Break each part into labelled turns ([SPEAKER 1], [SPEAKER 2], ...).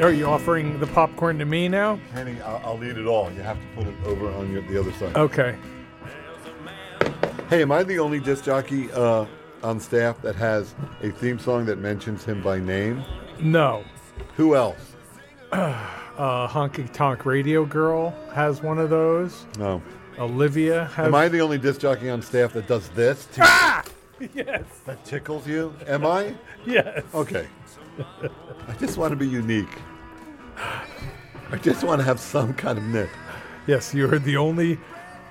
[SPEAKER 1] Are you offering the popcorn to me now?
[SPEAKER 2] Henny, I'll, I'll eat it all. You have to put it over on your, the other side.
[SPEAKER 1] Okay.
[SPEAKER 2] Hey, am I the only disc jockey uh, on staff that has a theme song that mentions him by name?
[SPEAKER 1] No.
[SPEAKER 2] Who else?
[SPEAKER 1] Uh, Honky Tonk Radio Girl has one of those.
[SPEAKER 2] No.
[SPEAKER 1] Olivia has.
[SPEAKER 2] Am I the only disc jockey on staff that does this? to-
[SPEAKER 1] Yes.
[SPEAKER 2] That tickles you? Am I?
[SPEAKER 1] Yes.
[SPEAKER 2] Okay. I just want to be unique. I just want to have some kind of nick.
[SPEAKER 1] Yes, you are the only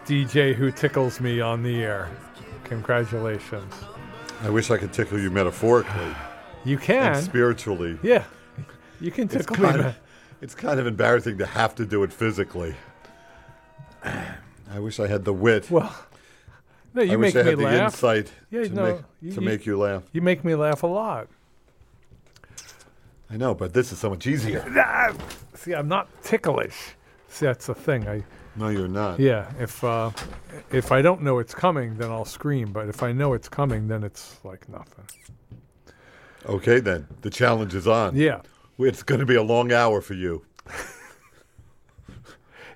[SPEAKER 1] DJ who tickles me on the air. Congratulations.
[SPEAKER 2] I wish I could tickle you metaphorically
[SPEAKER 1] You
[SPEAKER 2] and,
[SPEAKER 1] can.
[SPEAKER 2] spiritually.
[SPEAKER 1] yeah. You can
[SPEAKER 2] It's
[SPEAKER 1] tickle me.
[SPEAKER 2] kind,
[SPEAKER 1] man.
[SPEAKER 2] of, it's kind of embarrassing to have to do it physically. I wish I had the wit.
[SPEAKER 1] Well, no, you
[SPEAKER 2] I
[SPEAKER 1] make
[SPEAKER 2] wish I
[SPEAKER 1] me
[SPEAKER 2] had the
[SPEAKER 1] laugh.
[SPEAKER 2] insight
[SPEAKER 1] Yeah,
[SPEAKER 2] to,
[SPEAKER 1] no,
[SPEAKER 2] make,
[SPEAKER 1] you-
[SPEAKER 2] to
[SPEAKER 1] you-
[SPEAKER 2] make you laugh.
[SPEAKER 1] You make me laugh a lot.
[SPEAKER 2] I know, but this is so much easier.
[SPEAKER 1] Ah, See, I'm not ticklish. See, that's the thing. I
[SPEAKER 2] No, you're not.
[SPEAKER 1] yeah. If uh, if I don't know it's coming, then I'll scream. But if I know it's coming, then it's like nothing.
[SPEAKER 2] Okay, then. The challenge is on.
[SPEAKER 1] Yeah.
[SPEAKER 2] It's going to be a long hour for you.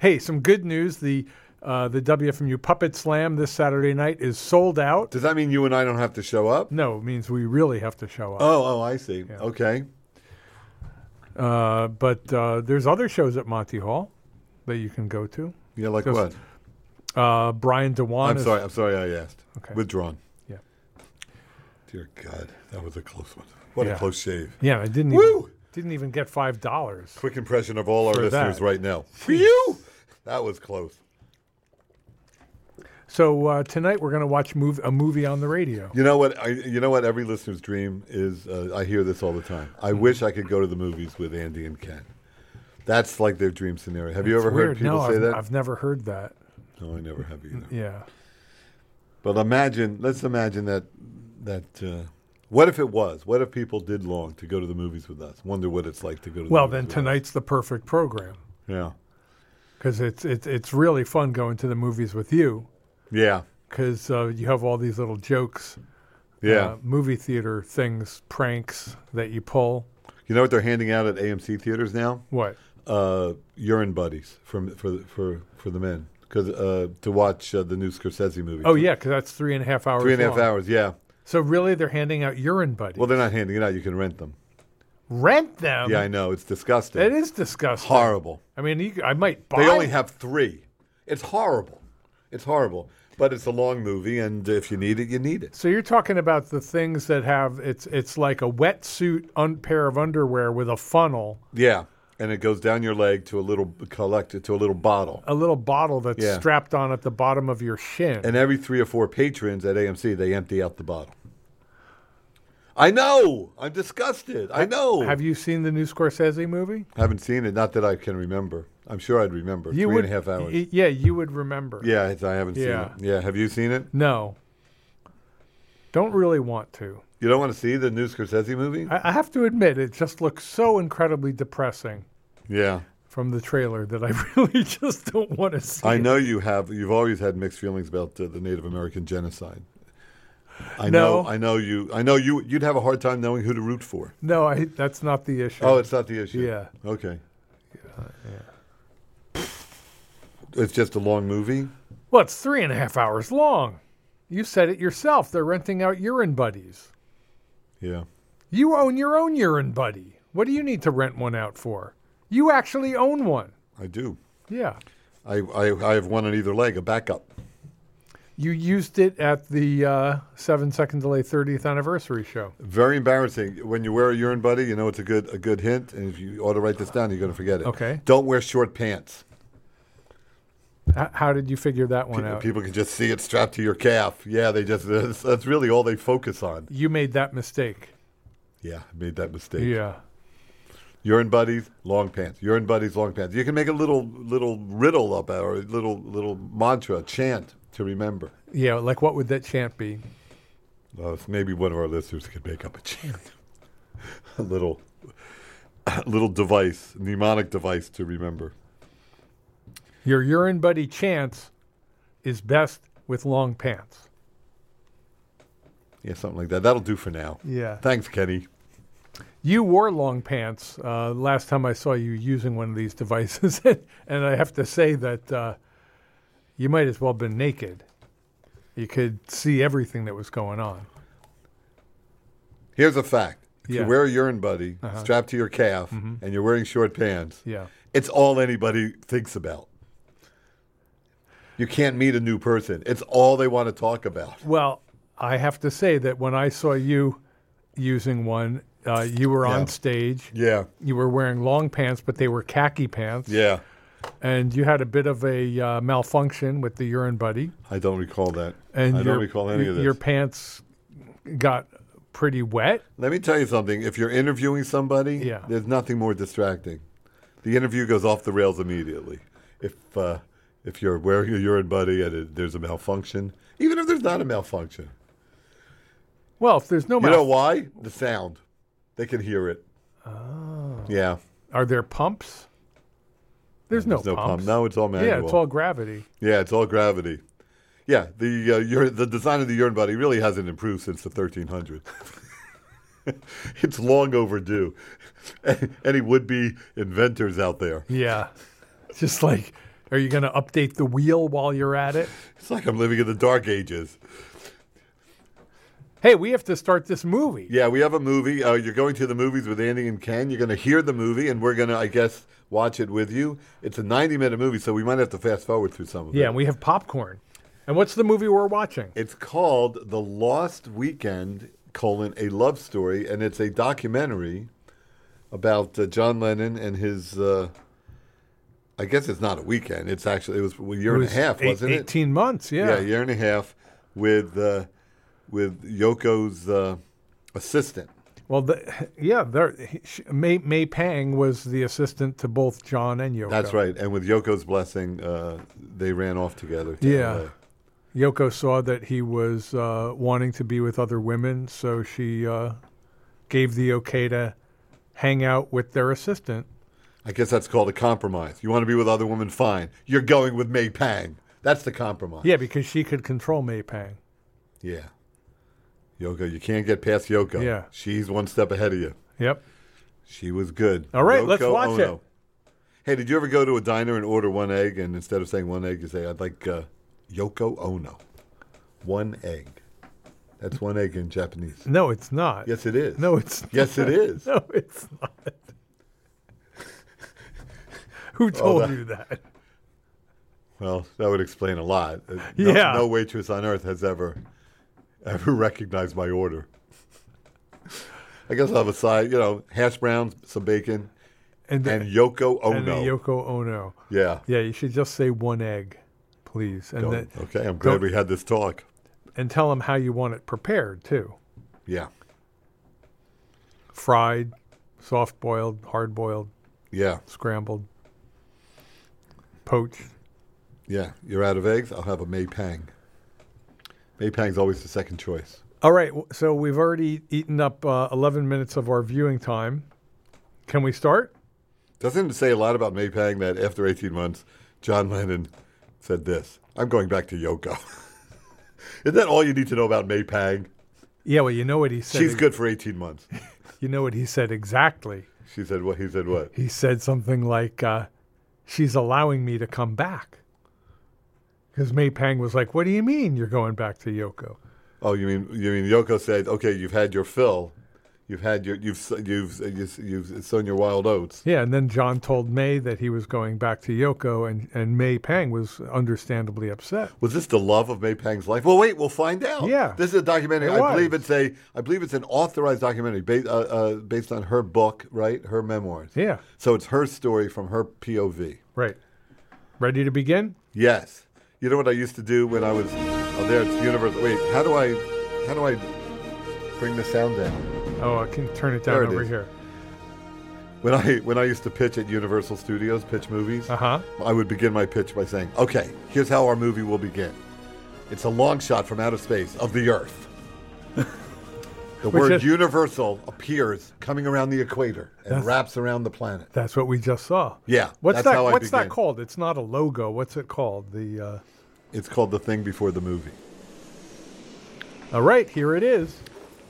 [SPEAKER 1] Hey, some good news. The uh, the WFMU Puppet Slam this Saturday night is sold out.
[SPEAKER 2] Does that mean you and I don't have to show up?
[SPEAKER 1] No, it means we really have to show up.
[SPEAKER 2] Oh, oh, I see. Okay. Oh.
[SPEAKER 1] Uh, but uh, there's other shows at Monty Hall that you can go to.
[SPEAKER 2] Yeah, like
[SPEAKER 1] Just-
[SPEAKER 2] what?
[SPEAKER 1] Uh, Brian DeWan.
[SPEAKER 2] I'm
[SPEAKER 1] is-
[SPEAKER 2] sorry. I'm sorry I asked.
[SPEAKER 1] Okay.
[SPEAKER 2] Withdrawn.
[SPEAKER 1] Yeah.
[SPEAKER 2] Dear God, that was a close one. What
[SPEAKER 1] Yeah.
[SPEAKER 2] a close shave.
[SPEAKER 1] Yeah, I didn't
[SPEAKER 2] Woo!
[SPEAKER 1] even didn't even get five dollars.
[SPEAKER 2] Quick impression of all our
[SPEAKER 1] For
[SPEAKER 2] listeners
[SPEAKER 1] that.
[SPEAKER 2] right now. For you? That was close.
[SPEAKER 1] So uh, tonight we're going to watch mov- a movie on the radio.
[SPEAKER 2] You know what? I, you know what? Every listener's dream is. Uh, I hear this all the time. I wish I could go to the movies with Andy and Ken. That's like their dream scenario. Have you ever heard
[SPEAKER 1] Weird.
[SPEAKER 2] people
[SPEAKER 1] no,
[SPEAKER 2] say
[SPEAKER 1] I've,
[SPEAKER 2] that?
[SPEAKER 1] I've never heard that.
[SPEAKER 2] No, I never have either.
[SPEAKER 1] Yeah.
[SPEAKER 2] But imagine, let's imagine that that uh, what if it was? What if people did long to go to the movies with us? Wonder what it's like to go to. the
[SPEAKER 1] Well,
[SPEAKER 2] movies
[SPEAKER 1] then
[SPEAKER 2] with
[SPEAKER 1] tonight's the perfect program
[SPEAKER 2] us.
[SPEAKER 1] because it's it's it's really fun going to the movies with you
[SPEAKER 2] Yeah,
[SPEAKER 1] because uh, you have all these little jokes,
[SPEAKER 2] yeah, yeah.
[SPEAKER 1] uh, movie theater things, pranks that you pull.
[SPEAKER 2] you know what they're handing out at AMC theaters now?
[SPEAKER 1] What?
[SPEAKER 2] Uh, urine buddies from for for for the men because uh, to watch uh, the new Scorsese movie.
[SPEAKER 1] Oh yeah, because that's three and a half hours.
[SPEAKER 2] three and a half
[SPEAKER 1] long.
[SPEAKER 2] hours. Yeah.
[SPEAKER 1] So really, they're handing out urine buddies.
[SPEAKER 2] Well, they're not handing it out. You can rent them.
[SPEAKER 1] Rent them.
[SPEAKER 2] Yeah, I know. It's disgusting.
[SPEAKER 1] It is disgusting.
[SPEAKER 2] horrible.
[SPEAKER 1] I mean, you, I might buy.
[SPEAKER 2] They only have three. It's horrible. It's horrible. But it's a long movie, and if you need it, you need it.
[SPEAKER 1] So you're talking about the things that have it's it's like a wetsuit un, pair of underwear with a funnel,
[SPEAKER 2] Yeah, and it goes down your leg to a little collected to a little bottle.
[SPEAKER 1] a little bottle that's
[SPEAKER 2] Yeah.
[SPEAKER 1] strapped on at the bottom of your shin.
[SPEAKER 2] And every three or four patrons at AMC, they empty out the bottle. I know. I'm disgusted. I know.
[SPEAKER 1] have you seen the new Scorsese movie?
[SPEAKER 2] Haven't seen it. Not that I can remember. I'm sure I'd remember.
[SPEAKER 1] You
[SPEAKER 2] Three
[SPEAKER 1] would
[SPEAKER 2] and a half hours.
[SPEAKER 1] y- yeah, you would remember.
[SPEAKER 2] yeah, it's- I haven't
[SPEAKER 1] Yeah.
[SPEAKER 2] seen it. Yeah, have you seen it?
[SPEAKER 1] No. Don't really want to.
[SPEAKER 2] You don't want to see the new Scorsese movie?
[SPEAKER 1] I, I have to admit, it just looks so incredibly depressing
[SPEAKER 2] yeah.
[SPEAKER 1] from the trailer that I really just don't want to see.
[SPEAKER 2] I
[SPEAKER 1] it.
[SPEAKER 2] know you have. You've always had mixed feelings about uh, the Native American genocide. I
[SPEAKER 1] No.
[SPEAKER 2] know. I know you. I know you. You'd have a hard time knowing who to root for.
[SPEAKER 1] No, I, that's not the issue.
[SPEAKER 2] Oh, it's not the issue.
[SPEAKER 1] Yeah.
[SPEAKER 2] Okay. It's just a long movie.
[SPEAKER 1] Well, it's three and a half hours long. You said it yourself. They're renting out urine buddies.
[SPEAKER 2] Yeah.
[SPEAKER 1] You own your own urine buddy. What do you need to rent one out for? You actually own one.
[SPEAKER 2] I do.
[SPEAKER 1] Yeah.
[SPEAKER 2] I I, I have one on either leg. A backup.
[SPEAKER 1] You used it at the uh, seven second delay 30th anniversary show.
[SPEAKER 2] Very embarrassing. When you wear a urine buddy, you know it's a good a good hint. And if you ought to write this down, you're going to forget it.
[SPEAKER 1] Okay.
[SPEAKER 2] Don't wear short pants.
[SPEAKER 1] H- how did you figure that one out?
[SPEAKER 2] People can just see it strapped to your calf. Yeah, they just that's, that's really all they focus on.
[SPEAKER 1] You made that mistake.
[SPEAKER 2] Yeah, I made that mistake.
[SPEAKER 1] Yeah.
[SPEAKER 2] Urine buddies, long pants. Urine buddies, long pants. You can make a little little riddle up or a little little mantra, chant to remember.
[SPEAKER 1] Yeah. Like, what would that chant be?
[SPEAKER 2] Uh, if maybe one of our listeners could make up a chant. little little device, mnemonic device to remember.
[SPEAKER 1] Your urine buddy Chance is best with long pants.
[SPEAKER 2] Yeah, something like that. That'll do for now.
[SPEAKER 1] Yeah.
[SPEAKER 2] Thanks, Kenny.
[SPEAKER 1] You wore long pants uh, last time I saw you using one of these devices, and I have to say that uh, you might as well have been naked. You could see everything that was going on.
[SPEAKER 2] Here's a fact. If
[SPEAKER 1] Yeah. Uh-huh. Mm-hmm.
[SPEAKER 2] you wear a urine buddy strapped to your calf and you're wearing short pants,
[SPEAKER 1] Yeah.
[SPEAKER 2] it's all anybody thinks about. You can't meet a new person. It's all they want to talk about.
[SPEAKER 1] Well, I have to say that when I saw you using one, uh, you were
[SPEAKER 2] Yeah.
[SPEAKER 1] on stage.
[SPEAKER 2] Yeah.
[SPEAKER 1] You were wearing long pants, but they were khaki pants.
[SPEAKER 2] Yeah.
[SPEAKER 1] And you had a bit of a uh, malfunction with the urine buddy.
[SPEAKER 2] I don't recall that.
[SPEAKER 1] And
[SPEAKER 2] I
[SPEAKER 1] your,
[SPEAKER 2] don't recall any of this.
[SPEAKER 1] Your pants got pretty wet.
[SPEAKER 2] Let me tell you something. If you're interviewing somebody,
[SPEAKER 1] Yeah.
[SPEAKER 2] there's nothing more distracting. The interview goes off the rails immediately. If uh, if you're wearing a urine buddy and it, there's a malfunction, even if there's not a malfunction,
[SPEAKER 1] Well, if there's no
[SPEAKER 2] you
[SPEAKER 1] mal-
[SPEAKER 2] know why? The sound, they can hear it. Oh. Yeah.
[SPEAKER 1] are there pumps? There's no,
[SPEAKER 2] There's no pump.
[SPEAKER 1] pumps.
[SPEAKER 2] Now it's all manual.
[SPEAKER 1] yeah, it's all gravity.
[SPEAKER 2] Yeah, it's all gravity. Yeah, the uh, ur- the design of the urine body really hasn't improved since the 1300s. it's long overdue. Any would-be inventors out there.
[SPEAKER 1] Yeah. Just like, are you going to update the wheel while you're at it?
[SPEAKER 2] It's like I'm living in the dark ages.
[SPEAKER 1] Hey, we have to start this movie.
[SPEAKER 2] Yeah, we have a movie. Uh, you're going to the movies with Andy and Ken. You're going to hear the movie, and we're going to, I guess, watch it with you. It's a 90-minute movie, so we might have to fast forward through some of
[SPEAKER 1] Yeah,
[SPEAKER 2] it.
[SPEAKER 1] and we have popcorn. And what's the movie we're watching?
[SPEAKER 2] It's called The Lost Weekend, colon, a love story, and it's a documentary about uh, John Lennon and his. Uh, I guess it's not a weekend. It's actually it was a year
[SPEAKER 1] was
[SPEAKER 2] and a half,
[SPEAKER 1] eight-
[SPEAKER 2] wasn't it?
[SPEAKER 1] 18 months, yeah.
[SPEAKER 2] Yeah, a year and a half with uh, with Yoko's uh, assistant.
[SPEAKER 1] Well, the, yeah, there, he- she- May, May Pang was the assistant to both John and Yoko.
[SPEAKER 2] That's right. And with Yoko's blessing, uh, they ran off together. to
[SPEAKER 1] Yeah.
[SPEAKER 2] LA.
[SPEAKER 1] Yoko saw that he was uh, wanting to be with other women, so she uh, gave the okay to hang out with their assistant.
[SPEAKER 2] I guess that's called a compromise. You want to be with other women, fine. You're going with May Pang. That's the compromise.
[SPEAKER 1] Yeah, because she could control May Pang.
[SPEAKER 2] Yeah. Yoko, you can't get past Yoko.
[SPEAKER 1] Yeah.
[SPEAKER 2] She's one step ahead of you.
[SPEAKER 1] Yep.
[SPEAKER 2] She was good.
[SPEAKER 1] All right, let's watch it.
[SPEAKER 2] Hey, did you ever go to a diner and order one egg, and instead of saying one egg, you say, I'd like uh, Yoko Ono? One egg. That's one egg in Japanese.
[SPEAKER 1] No, it's not.
[SPEAKER 2] Yes, it is.
[SPEAKER 1] No, it's not.
[SPEAKER 2] Yes, it is.
[SPEAKER 1] No, it's not. Who told
[SPEAKER 2] that-
[SPEAKER 1] you that?
[SPEAKER 2] Well, that would explain a lot. Uh, No,
[SPEAKER 1] Yeah.
[SPEAKER 2] No waitress on earth has ever, ever recognized my order. I guess I'll have a side, you know, hash browns, some bacon,
[SPEAKER 1] And, the-
[SPEAKER 2] and Yoko Ono.
[SPEAKER 1] and the Yoko Ono.
[SPEAKER 2] Yeah.
[SPEAKER 1] Yeah, you should just say one egg, please, and
[SPEAKER 2] Don't-
[SPEAKER 1] that,
[SPEAKER 2] okay, I'm glad
[SPEAKER 1] don't-
[SPEAKER 2] we had this talk.
[SPEAKER 1] and tell them how you want it prepared too.
[SPEAKER 2] Yeah.
[SPEAKER 1] Fried, soft boiled, hard boiled,
[SPEAKER 2] Yeah.
[SPEAKER 1] scrambled, poached.
[SPEAKER 2] Yeah. You're out of eggs? I'll have a May Pang. May Pang's always the second choice.
[SPEAKER 1] All right, w- so we've already eaten up uh, 11 minutes of our viewing time. Can we start?
[SPEAKER 2] Doesn't it say a lot about May Pang that after 18 months, John Lennon said this I'm going back to Yoko. Isn't that all you need to know about May Pang?
[SPEAKER 1] Yeah, well, you know what he said.
[SPEAKER 2] She's good for 18 months.
[SPEAKER 1] You know what he said exactly.
[SPEAKER 2] She said what? He said what?
[SPEAKER 1] He said something like, uh, "She's allowing me to come back." Because May Pang was like, "What do you mean you're going back to Yoko?"
[SPEAKER 2] Oh, you mean you mean Yoko said, "Okay, you've had your fill. You've had your you've s- you've you've, you've sown your wild oats."
[SPEAKER 1] Yeah, and then John told May that he was going back to Yoko, and, and May Pang was understandably upset.
[SPEAKER 2] Was this the love of May Pang's life? Well, wait, we'll find out.
[SPEAKER 1] Yeah.
[SPEAKER 2] this is a documentary.
[SPEAKER 1] It
[SPEAKER 2] I
[SPEAKER 1] was.
[SPEAKER 2] believe it's a. I believe it's an authorized documentary based uh, uh, based on her book, right? Her memoirs.
[SPEAKER 1] Yeah,
[SPEAKER 2] So it's her story from her POV.
[SPEAKER 1] right. Ready to begin?
[SPEAKER 2] Yes. You know what I used to do when I was. Oh, there it's Universal. Wait, how do I? How do I bring the sound down?
[SPEAKER 1] Oh, I can turn it down
[SPEAKER 2] There it
[SPEAKER 1] over
[SPEAKER 2] is.
[SPEAKER 1] here.
[SPEAKER 2] When I when I used to pitch at Universal Studios, pitch movies.
[SPEAKER 1] Uh huh.
[SPEAKER 2] I would begin my pitch by saying, okay, here's how our movie will begin. It's a long shot from outer space of the Earth. the The
[SPEAKER 1] Which
[SPEAKER 2] word
[SPEAKER 1] is-
[SPEAKER 2] universal appears coming around the equator and wraps around the planet.
[SPEAKER 1] That's what we just saw.
[SPEAKER 2] Yeah,
[SPEAKER 1] What's
[SPEAKER 2] that's
[SPEAKER 1] that?
[SPEAKER 2] how I
[SPEAKER 1] what's that
[SPEAKER 2] began.
[SPEAKER 1] called? It's not a logo. What's it called? The uh,
[SPEAKER 2] It's called the thing before the movie.
[SPEAKER 1] all right, here it is.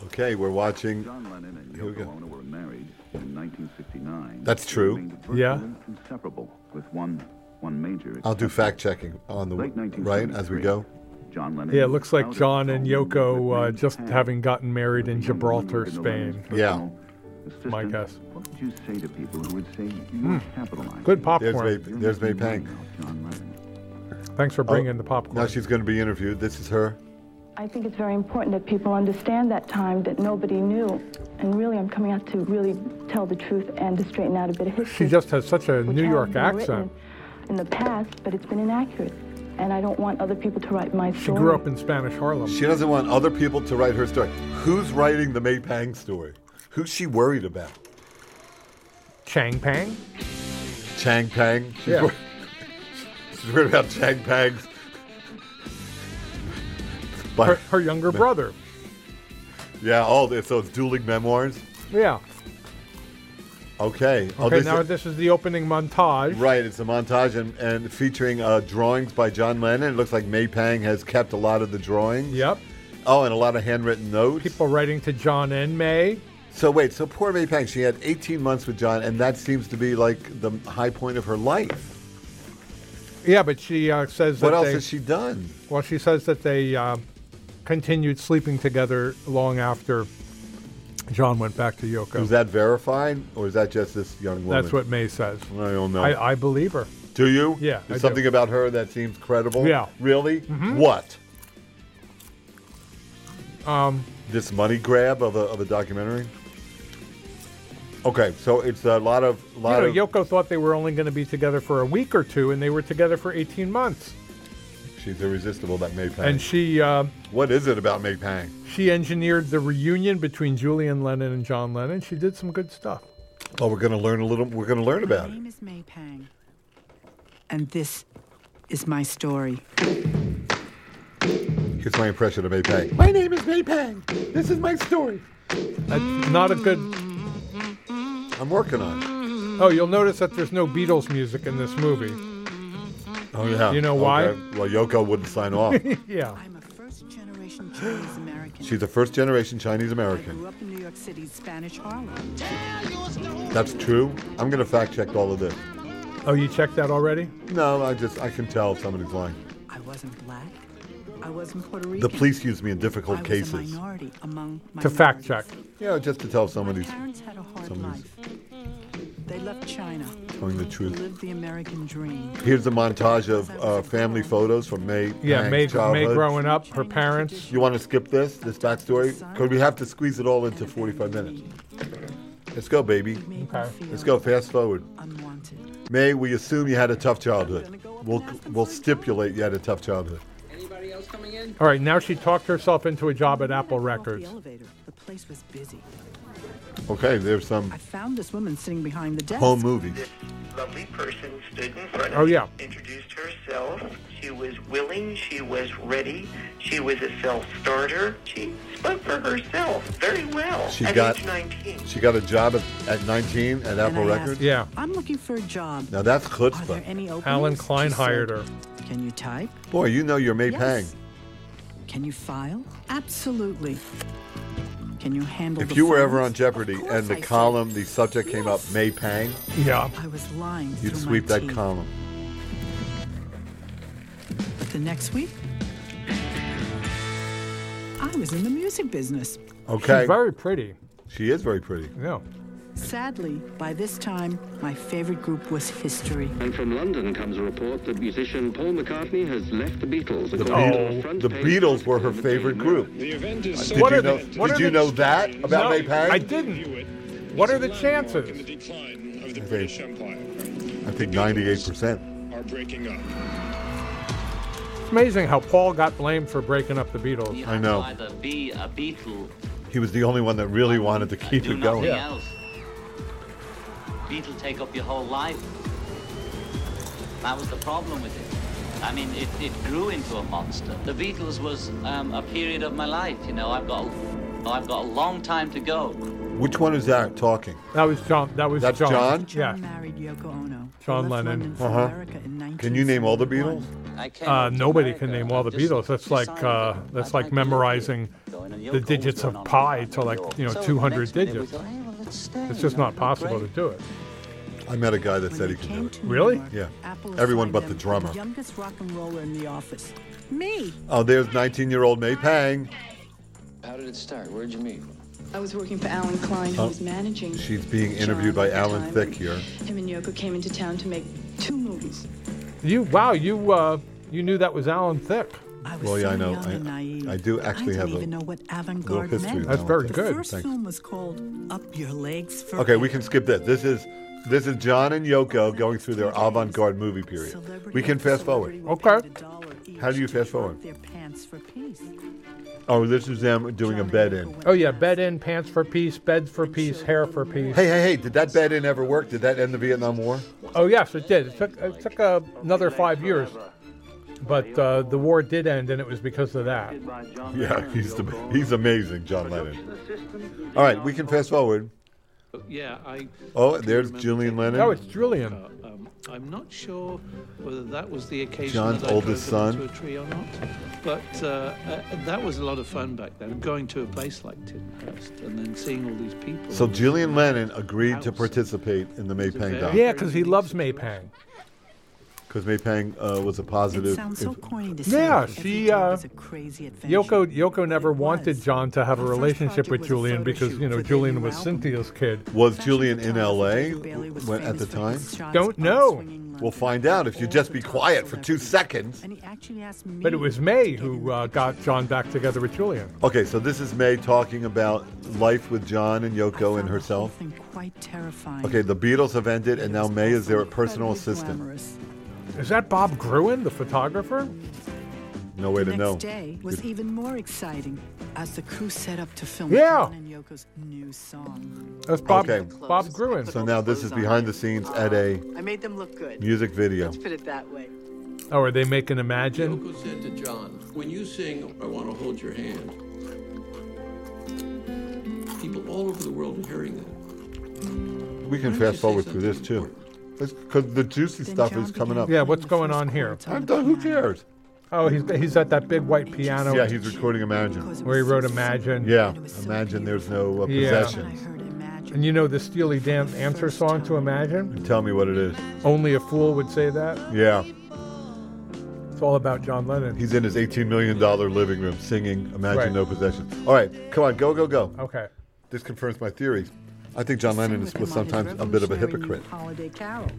[SPEAKER 2] Okay, we're watching.
[SPEAKER 3] John Lennon and
[SPEAKER 2] Here we go.
[SPEAKER 3] Yoko Ono were married in 1959.
[SPEAKER 2] That's true.
[SPEAKER 3] They remained virtually
[SPEAKER 1] Yeah.
[SPEAKER 3] Inseparable with one one major.
[SPEAKER 2] I'll do
[SPEAKER 3] exception.
[SPEAKER 2] fact checking on the
[SPEAKER 3] Late
[SPEAKER 2] right as we
[SPEAKER 3] 1973,
[SPEAKER 2] go.
[SPEAKER 3] John Lennon.
[SPEAKER 1] Yeah, it looks like
[SPEAKER 3] out of
[SPEAKER 1] John and
[SPEAKER 3] his home
[SPEAKER 1] Yoko
[SPEAKER 3] with
[SPEAKER 1] uh,
[SPEAKER 3] raised
[SPEAKER 1] just
[SPEAKER 3] hand.
[SPEAKER 1] having gotten married in
[SPEAKER 3] The young woman
[SPEAKER 1] Gibraltar,
[SPEAKER 3] was the Lennon's
[SPEAKER 1] Spain.
[SPEAKER 3] personal
[SPEAKER 1] My
[SPEAKER 3] assistant.
[SPEAKER 1] guess.
[SPEAKER 3] What would you say to people who would say you're capitalizing?
[SPEAKER 1] Hmm. Good
[SPEAKER 2] There's May,
[SPEAKER 1] popcorn.
[SPEAKER 2] there's May Pang.
[SPEAKER 3] John Lennon.
[SPEAKER 1] Thanks
[SPEAKER 2] Oh,
[SPEAKER 1] for bringing the popcorn.
[SPEAKER 2] Now she's going to be interviewed. This is her.
[SPEAKER 4] I think it's very important that people understand that time that nobody knew. And really, I'm coming out to really tell the truth and to straighten out a bit of history.
[SPEAKER 1] she just has such a
[SPEAKER 4] which
[SPEAKER 1] New
[SPEAKER 4] has
[SPEAKER 1] York
[SPEAKER 4] been written
[SPEAKER 1] accent.
[SPEAKER 4] In the past, but it's been inaccurate. And I don't want other people to write my story.
[SPEAKER 1] She grew up in Spanish Harlem.
[SPEAKER 2] She doesn't want other people to write her story. Who's writing the May Pang story? Who's she worried about?
[SPEAKER 1] Chang Pang.
[SPEAKER 2] Chang Pang. She's,
[SPEAKER 1] Yeah.
[SPEAKER 2] wor- she's worried about Chang Pang's. But
[SPEAKER 1] Her, her younger brother.
[SPEAKER 2] yeah, all this. So it's dueling memoirs.
[SPEAKER 1] Yeah.
[SPEAKER 2] Okay. Oh,
[SPEAKER 1] Okay,
[SPEAKER 2] this
[SPEAKER 1] now
[SPEAKER 2] is-
[SPEAKER 1] this is the opening montage.
[SPEAKER 2] Right, it's a montage and, and featuring uh, drawings by John Lennon. It looks like May Pang has kept a lot of the drawings.
[SPEAKER 1] Yep.
[SPEAKER 2] Oh, and a lot of handwritten notes.
[SPEAKER 1] People writing to John and May.
[SPEAKER 2] So wait, so poor May Pang, she had 18 months with John, and that seems to be like the high point of her life.
[SPEAKER 1] Yeah, but she uh, says
[SPEAKER 2] What
[SPEAKER 1] that
[SPEAKER 2] else
[SPEAKER 1] they,
[SPEAKER 2] has she done?
[SPEAKER 1] well, she says that they uh, continued sleeping together long after John went back to Yoko.
[SPEAKER 2] Is that verified, or is that just this young woman?
[SPEAKER 1] That's what May says.
[SPEAKER 2] I don't know.
[SPEAKER 1] I, I believe her.
[SPEAKER 2] do you?
[SPEAKER 1] Yeah, I
[SPEAKER 2] There's something
[SPEAKER 1] do.
[SPEAKER 2] about her that seems credible.
[SPEAKER 1] Yeah. Mm-hmm.
[SPEAKER 2] Really? What? Um. This money grab of a, of a documentary. Okay, so it's a lot of lot
[SPEAKER 1] You
[SPEAKER 2] of.
[SPEAKER 1] know, Yoko thought they were only going to be together for a week or two, and they were together for 18 months.
[SPEAKER 2] She's irresistible, that May Pang.
[SPEAKER 1] And she uh,
[SPEAKER 2] what is it about May Pang?
[SPEAKER 1] she engineered the reunion between Julian Lennon and John Lennon. She did some good stuff.
[SPEAKER 2] Oh, we're going to learn a little. We're going to learn about
[SPEAKER 5] My
[SPEAKER 2] it.
[SPEAKER 5] name is May Pang, and this is my story.
[SPEAKER 2] Here's my impression of May Pang. My name is May Pang. This is my story.
[SPEAKER 1] That's not a good.
[SPEAKER 2] I'm working on it.
[SPEAKER 1] Oh, you'll notice that there's no Beatles music in this movie.
[SPEAKER 2] Oh yeah.
[SPEAKER 1] You know why?
[SPEAKER 2] Okay. Well, Yoko wouldn't sign off.
[SPEAKER 1] Yeah.
[SPEAKER 5] I'm a first generation Chinese American.
[SPEAKER 2] She's a first generation Chinese
[SPEAKER 5] I
[SPEAKER 2] American.
[SPEAKER 5] grew up in New York City's Spanish Harlem.
[SPEAKER 2] That's true. I'm going to fact check all of this.
[SPEAKER 1] Oh, you checked that already?
[SPEAKER 2] No, I just I can tell if somebody's lying.
[SPEAKER 5] I wasn't black. I wasn't Puerto Rican.
[SPEAKER 2] The police use me in
[SPEAKER 5] I
[SPEAKER 2] difficult
[SPEAKER 5] was a
[SPEAKER 2] cases.
[SPEAKER 5] minority among
[SPEAKER 1] To fact check.
[SPEAKER 5] minorities.
[SPEAKER 2] Yeah, just to tell if
[SPEAKER 5] My
[SPEAKER 2] somebody's.
[SPEAKER 5] parents had a hard
[SPEAKER 2] somebody's-
[SPEAKER 5] life. They left China.
[SPEAKER 2] Telling the
[SPEAKER 5] to
[SPEAKER 2] truth.
[SPEAKER 5] live the American dream.
[SPEAKER 2] Here's a montage of uh, family photos from May.
[SPEAKER 1] Yeah,
[SPEAKER 2] Pang's
[SPEAKER 1] May, May
[SPEAKER 2] childhood.
[SPEAKER 1] growing up, her parents.
[SPEAKER 2] You want to skip this, this backstory? Because we have to squeeze it all into 45 minutes. Let's go, baby.
[SPEAKER 1] Okay.
[SPEAKER 2] Let's go fast forward.
[SPEAKER 5] Unwanted.
[SPEAKER 2] May, we assume you had a tough childhood. We'll, we'll stipulate you had a tough childhood.
[SPEAKER 6] Anybody else coming in?
[SPEAKER 1] All right, now she talked herself into a job at
[SPEAKER 5] When I
[SPEAKER 1] Apple
[SPEAKER 5] got off the
[SPEAKER 1] Records.
[SPEAKER 5] elevator, The place was busy.
[SPEAKER 2] Okay, there's some
[SPEAKER 5] I found this woman sitting behind the desk.
[SPEAKER 2] home movies.
[SPEAKER 7] lovely person stood in front of
[SPEAKER 1] Oh,
[SPEAKER 7] me,
[SPEAKER 1] yeah.
[SPEAKER 7] introduced herself. She was willing, she was ready, she was a self-starter. She spoke for herself very well
[SPEAKER 2] She
[SPEAKER 7] at
[SPEAKER 2] got-
[SPEAKER 7] age 19.
[SPEAKER 2] She got a job at, at 19 at
[SPEAKER 5] And
[SPEAKER 2] Apple
[SPEAKER 5] I asked,
[SPEAKER 2] Records.
[SPEAKER 1] Yeah.
[SPEAKER 5] I'm looking for a job.
[SPEAKER 2] Now that's
[SPEAKER 5] Are there
[SPEAKER 2] chutzpah.
[SPEAKER 5] any openings?
[SPEAKER 1] Alan Klein
[SPEAKER 5] She said,
[SPEAKER 1] hired her.
[SPEAKER 5] Can you type?
[SPEAKER 2] Boy, you know you're May Pang.
[SPEAKER 5] Yes. Can you file? Absolutely. Can you handle
[SPEAKER 2] If
[SPEAKER 5] the
[SPEAKER 2] you were ever on
[SPEAKER 5] phones?
[SPEAKER 2] Jeopardy
[SPEAKER 5] Of course
[SPEAKER 2] and
[SPEAKER 5] I
[SPEAKER 2] the
[SPEAKER 5] said.
[SPEAKER 2] column, the subject came up
[SPEAKER 5] Yes.
[SPEAKER 2] May Pang,
[SPEAKER 1] Yeah.
[SPEAKER 5] I was lying.
[SPEAKER 2] you'd
[SPEAKER 5] through my
[SPEAKER 2] sweep that
[SPEAKER 5] teeth.
[SPEAKER 2] column.
[SPEAKER 5] The next week, I was in the music business.
[SPEAKER 2] Okay.
[SPEAKER 1] She's very pretty.
[SPEAKER 2] She is very pretty.
[SPEAKER 1] Yeah.
[SPEAKER 5] Sadly, by this time, my favorite group was history.
[SPEAKER 8] And from London comes a report that musician Paul McCartney has left the Beatles.
[SPEAKER 2] The,
[SPEAKER 8] according to
[SPEAKER 2] Beatles,
[SPEAKER 8] front
[SPEAKER 2] the
[SPEAKER 8] page
[SPEAKER 2] Beatles
[SPEAKER 8] article
[SPEAKER 2] were her
[SPEAKER 8] in the Daily
[SPEAKER 2] favorite
[SPEAKER 8] Mirror.
[SPEAKER 2] group.
[SPEAKER 9] The event is
[SPEAKER 1] Oh.
[SPEAKER 2] Did
[SPEAKER 1] What
[SPEAKER 2] you
[SPEAKER 1] are
[SPEAKER 2] know,
[SPEAKER 1] the- what
[SPEAKER 2] did
[SPEAKER 1] are
[SPEAKER 2] you
[SPEAKER 1] the-
[SPEAKER 2] know that about May Pang?
[SPEAKER 1] I didn't. What are the chances?
[SPEAKER 9] decline of the
[SPEAKER 2] British
[SPEAKER 9] Empire.
[SPEAKER 2] I think 98%.
[SPEAKER 9] Are breaking up.
[SPEAKER 1] It's amazing how Paul got blamed for breaking up the Beatles.
[SPEAKER 2] I know.
[SPEAKER 10] Either be a beetle
[SPEAKER 2] He was the only one that really wanted to
[SPEAKER 10] and
[SPEAKER 2] keep
[SPEAKER 10] do
[SPEAKER 2] it going.
[SPEAKER 10] nothing else. Beetle take up your whole life. That was the problem with it. I mean, it, it grew into a monster. The Beatles was um, a period of my life, you know. I've got Well, I've got a long time to go.
[SPEAKER 2] Which one is that talking?
[SPEAKER 1] That was John. That was
[SPEAKER 2] That's
[SPEAKER 1] John.
[SPEAKER 2] John?
[SPEAKER 5] John
[SPEAKER 1] Yeah.
[SPEAKER 5] married Yoko Ono. who
[SPEAKER 1] John
[SPEAKER 5] left
[SPEAKER 1] Lennon.
[SPEAKER 5] London for
[SPEAKER 2] Uh-huh.
[SPEAKER 5] America in
[SPEAKER 2] Can you name all the Beatles?
[SPEAKER 5] 1971.
[SPEAKER 10] I came
[SPEAKER 1] Uh,
[SPEAKER 10] up to
[SPEAKER 1] nobody
[SPEAKER 10] America.
[SPEAKER 1] can name all the
[SPEAKER 10] Just-
[SPEAKER 1] Beatles. That's
[SPEAKER 10] just
[SPEAKER 1] like
[SPEAKER 10] sign
[SPEAKER 1] uh,
[SPEAKER 10] it.
[SPEAKER 1] that's
[SPEAKER 10] I'd
[SPEAKER 1] like
[SPEAKER 10] to
[SPEAKER 1] memorizing
[SPEAKER 10] go in and
[SPEAKER 1] the
[SPEAKER 10] Yoko
[SPEAKER 1] digits
[SPEAKER 10] was
[SPEAKER 1] of
[SPEAKER 10] on
[SPEAKER 1] pi
[SPEAKER 10] Yoko.
[SPEAKER 1] to like you know
[SPEAKER 10] So the
[SPEAKER 1] 200
[SPEAKER 10] next minute we
[SPEAKER 1] digits.
[SPEAKER 10] thought, hey, well, let's stay,
[SPEAKER 1] It's
[SPEAKER 10] you
[SPEAKER 1] just
[SPEAKER 10] know,
[SPEAKER 1] not
[SPEAKER 10] how
[SPEAKER 1] possible to
[SPEAKER 10] great.
[SPEAKER 1] do it.
[SPEAKER 2] I met a guy that
[SPEAKER 5] When
[SPEAKER 2] said he
[SPEAKER 5] they
[SPEAKER 2] could
[SPEAKER 5] came
[SPEAKER 2] do it.
[SPEAKER 5] to New
[SPEAKER 1] Really?
[SPEAKER 5] York,
[SPEAKER 2] Yeah.
[SPEAKER 5] Apple
[SPEAKER 2] Everyone
[SPEAKER 5] assigned
[SPEAKER 2] but the
[SPEAKER 5] them
[SPEAKER 2] drummer.
[SPEAKER 5] The youngest rock and roller in the office. Me.
[SPEAKER 2] Oh, there's 19-year-old May Pang.
[SPEAKER 6] How did it start? Where'd you meet?
[SPEAKER 4] I was working for Alan Klein, who
[SPEAKER 2] Oh.
[SPEAKER 4] was managing.
[SPEAKER 2] She's being
[SPEAKER 4] John
[SPEAKER 2] interviewed by
[SPEAKER 4] at the
[SPEAKER 2] Alan
[SPEAKER 4] time,
[SPEAKER 2] Thicke
[SPEAKER 4] and
[SPEAKER 2] here.
[SPEAKER 4] Him and Yoko came into town to make two movies.
[SPEAKER 1] You wow, you uh, you knew that was Alan Thicke.
[SPEAKER 5] I was
[SPEAKER 2] Well, yeah,
[SPEAKER 5] so
[SPEAKER 2] I know.
[SPEAKER 5] young
[SPEAKER 2] I-
[SPEAKER 5] and naive.
[SPEAKER 2] I do actually
[SPEAKER 5] I
[SPEAKER 2] have
[SPEAKER 5] didn't
[SPEAKER 2] a
[SPEAKER 5] even know what avant-garde
[SPEAKER 2] history
[SPEAKER 5] meant.
[SPEAKER 2] with That's
[SPEAKER 1] Alan very
[SPEAKER 5] the
[SPEAKER 1] Thicke. good.
[SPEAKER 5] first
[SPEAKER 2] Thanks.
[SPEAKER 5] film was called Up Your Legs Forever.
[SPEAKER 2] Okay, we can skip that. This is this is John and Yoko going through their avant-garde movie period.
[SPEAKER 5] Celebrity
[SPEAKER 2] We can
[SPEAKER 5] after
[SPEAKER 2] fast forward.
[SPEAKER 5] celebrity
[SPEAKER 1] Okay.
[SPEAKER 5] were paid a dollar each
[SPEAKER 2] How do you
[SPEAKER 5] to
[SPEAKER 2] fast
[SPEAKER 5] drop
[SPEAKER 2] forward?
[SPEAKER 5] Their pants for peace.
[SPEAKER 2] Oh, this is them doing a
[SPEAKER 5] John
[SPEAKER 2] bed
[SPEAKER 5] and
[SPEAKER 2] in.
[SPEAKER 5] Yoko went
[SPEAKER 1] Oh yeah,
[SPEAKER 5] past.
[SPEAKER 1] bed in, pants for peace, beds for peace, hair for peace.
[SPEAKER 2] Hey, hey, hey! Did that bed in ever work? Did that end the Vietnam War?
[SPEAKER 1] Oh yes, it did. It took it took uh, another five years, but uh, the war did end, and it was because of that.
[SPEAKER 2] Yeah, he's the, he's amazing, John Lennon. All right, we can fast forward.
[SPEAKER 6] Yeah, I.
[SPEAKER 2] Oh, there's Julian Lennon.
[SPEAKER 1] Oh, it's Julian.
[SPEAKER 6] Um, I'm not sure whether that was the occasion
[SPEAKER 2] John's
[SPEAKER 6] that I
[SPEAKER 2] oldest
[SPEAKER 6] drove
[SPEAKER 2] son.
[SPEAKER 6] them into a tree or not, but uh, uh, that was a lot of fun back then. Going to a place like Tidhurst and then seeing all these people.
[SPEAKER 2] So Julian Lennon agreed to participate in the Maypang doc
[SPEAKER 1] Yeah, because he loves Maypang.
[SPEAKER 2] because Maypang uh, was a
[SPEAKER 5] It
[SPEAKER 2] positive.
[SPEAKER 5] sounds so corny to say.
[SPEAKER 1] Yeah,
[SPEAKER 5] Every
[SPEAKER 1] she,
[SPEAKER 5] day
[SPEAKER 1] uh,
[SPEAKER 5] was a crazy adventure.
[SPEAKER 1] Yoko Yoko
[SPEAKER 5] But
[SPEAKER 1] never
[SPEAKER 5] it
[SPEAKER 1] wanted
[SPEAKER 5] was.
[SPEAKER 1] John to have a
[SPEAKER 5] Our first
[SPEAKER 1] relationship
[SPEAKER 5] project
[SPEAKER 1] with
[SPEAKER 5] was a
[SPEAKER 1] Julian
[SPEAKER 5] photo
[SPEAKER 1] because
[SPEAKER 5] shoot
[SPEAKER 1] you know
[SPEAKER 5] for their
[SPEAKER 1] Julian
[SPEAKER 5] new
[SPEAKER 1] was
[SPEAKER 5] album.
[SPEAKER 1] Cynthia's kid.
[SPEAKER 2] was
[SPEAKER 5] Fashion
[SPEAKER 2] Julian in
[SPEAKER 5] photographer
[SPEAKER 2] L.A.
[SPEAKER 5] Ginger Bailey was
[SPEAKER 2] when- at
[SPEAKER 5] famous
[SPEAKER 2] the
[SPEAKER 5] for his
[SPEAKER 2] time?
[SPEAKER 5] shots
[SPEAKER 1] Don't
[SPEAKER 5] of
[SPEAKER 1] know.
[SPEAKER 5] swinging
[SPEAKER 2] We'll
[SPEAKER 5] London
[SPEAKER 2] find out if you
[SPEAKER 5] all
[SPEAKER 2] just
[SPEAKER 5] the
[SPEAKER 2] be
[SPEAKER 5] top
[SPEAKER 2] quiet for two
[SPEAKER 5] celebrities.
[SPEAKER 2] seconds.
[SPEAKER 5] And he actually asked me
[SPEAKER 1] But it was
[SPEAKER 5] to
[SPEAKER 1] May
[SPEAKER 5] get in
[SPEAKER 1] who
[SPEAKER 5] the
[SPEAKER 1] uh, got John back together with Julian.
[SPEAKER 2] Okay, so this is May talking about life with John and
[SPEAKER 5] I
[SPEAKER 2] Yoko and
[SPEAKER 5] found the whole
[SPEAKER 2] herself.
[SPEAKER 5] thing quite terrifying.
[SPEAKER 2] Okay, the Beatles have ended,
[SPEAKER 5] It
[SPEAKER 2] and now
[SPEAKER 5] was
[SPEAKER 2] May is
[SPEAKER 5] also
[SPEAKER 2] their personal
[SPEAKER 5] incredibly
[SPEAKER 2] assistant.
[SPEAKER 5] glamorous.
[SPEAKER 1] Is that Bob Gruen, the photographer?
[SPEAKER 2] No way
[SPEAKER 5] the
[SPEAKER 2] to
[SPEAKER 5] next
[SPEAKER 2] know.
[SPEAKER 5] day was even more exciting as the crew set up to film
[SPEAKER 1] Yeah.
[SPEAKER 5] John and Yoko's new song.
[SPEAKER 1] That's Bob
[SPEAKER 2] Okay.
[SPEAKER 1] Bob Gruen.
[SPEAKER 2] So now this is behind the scenes at a
[SPEAKER 5] I made them look good.
[SPEAKER 2] music video.
[SPEAKER 5] Let's put it that way.
[SPEAKER 1] Oh, are they making Imagine?
[SPEAKER 6] Yoko said to John, when you sing I Want to Hold Your Hand, people all over the world are hearing that.
[SPEAKER 2] We can fast forward through this too, because the juicy
[SPEAKER 5] Then
[SPEAKER 2] stuff
[SPEAKER 5] John
[SPEAKER 2] is coming
[SPEAKER 5] began
[SPEAKER 2] up.
[SPEAKER 1] Yeah,
[SPEAKER 5] playing
[SPEAKER 1] what's
[SPEAKER 5] the
[SPEAKER 1] going
[SPEAKER 5] first
[SPEAKER 1] on here?
[SPEAKER 5] chords on
[SPEAKER 2] I
[SPEAKER 5] the
[SPEAKER 2] don't, who
[SPEAKER 5] piano.
[SPEAKER 2] cares?
[SPEAKER 1] Oh, he's he's at that big white piano.
[SPEAKER 2] Yeah, he's recording Imagine.
[SPEAKER 5] Because it
[SPEAKER 1] where he
[SPEAKER 5] was
[SPEAKER 1] wrote
[SPEAKER 5] so
[SPEAKER 1] Imagine.
[SPEAKER 5] sweet.
[SPEAKER 2] Yeah,
[SPEAKER 5] And it was so
[SPEAKER 2] Imagine there's
[SPEAKER 5] beautiful.
[SPEAKER 2] no uh,
[SPEAKER 1] Yeah.
[SPEAKER 5] When I
[SPEAKER 2] possession.
[SPEAKER 5] heard Imagine,
[SPEAKER 1] And you know the Steely Dan answer song to Imagine?
[SPEAKER 2] Tell me what it is.
[SPEAKER 1] Only a fool would say that.
[SPEAKER 2] Yeah,
[SPEAKER 1] It's all about John Lennon.
[SPEAKER 2] he's in his $18 million living room singing Imagine
[SPEAKER 1] Right.
[SPEAKER 2] No Possession. All right, come on, go, go, go.
[SPEAKER 1] Okay.
[SPEAKER 2] This confirms my theory. I think John Lennon is,
[SPEAKER 5] with
[SPEAKER 2] was
[SPEAKER 5] him on his
[SPEAKER 2] sometimes a bit of a
[SPEAKER 5] revolutionary new
[SPEAKER 2] hypocrite.
[SPEAKER 5] Holiday Carol.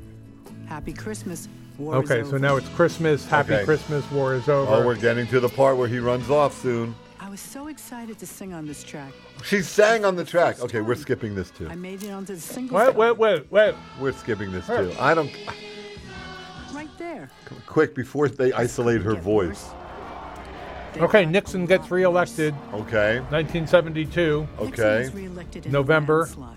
[SPEAKER 5] Happy Christmas. War is
[SPEAKER 1] Okay, so
[SPEAKER 5] over.
[SPEAKER 1] now it's Christmas. Happy
[SPEAKER 2] Okay.
[SPEAKER 1] Christmas. War is over.
[SPEAKER 2] Oh, we're getting to the part where he runs off soon.
[SPEAKER 5] I was so excited to sing on this track.
[SPEAKER 2] She sang on the track. Okay, we're skipping this too.
[SPEAKER 5] I made it onto the single.
[SPEAKER 1] wait, wait, wait, wait.
[SPEAKER 2] We're skipping this too. I don't.
[SPEAKER 5] Right there.
[SPEAKER 2] Quick before they isolate her
[SPEAKER 5] Get
[SPEAKER 2] voice.
[SPEAKER 5] worse. They
[SPEAKER 1] Okay,
[SPEAKER 5] got
[SPEAKER 1] Nixon
[SPEAKER 5] a
[SPEAKER 1] gets
[SPEAKER 5] lot
[SPEAKER 1] reelected,
[SPEAKER 5] worse.
[SPEAKER 2] Okay.
[SPEAKER 1] 1972.
[SPEAKER 5] Nixon
[SPEAKER 2] Okay.
[SPEAKER 5] was reelected in a
[SPEAKER 1] November.
[SPEAKER 5] landslide.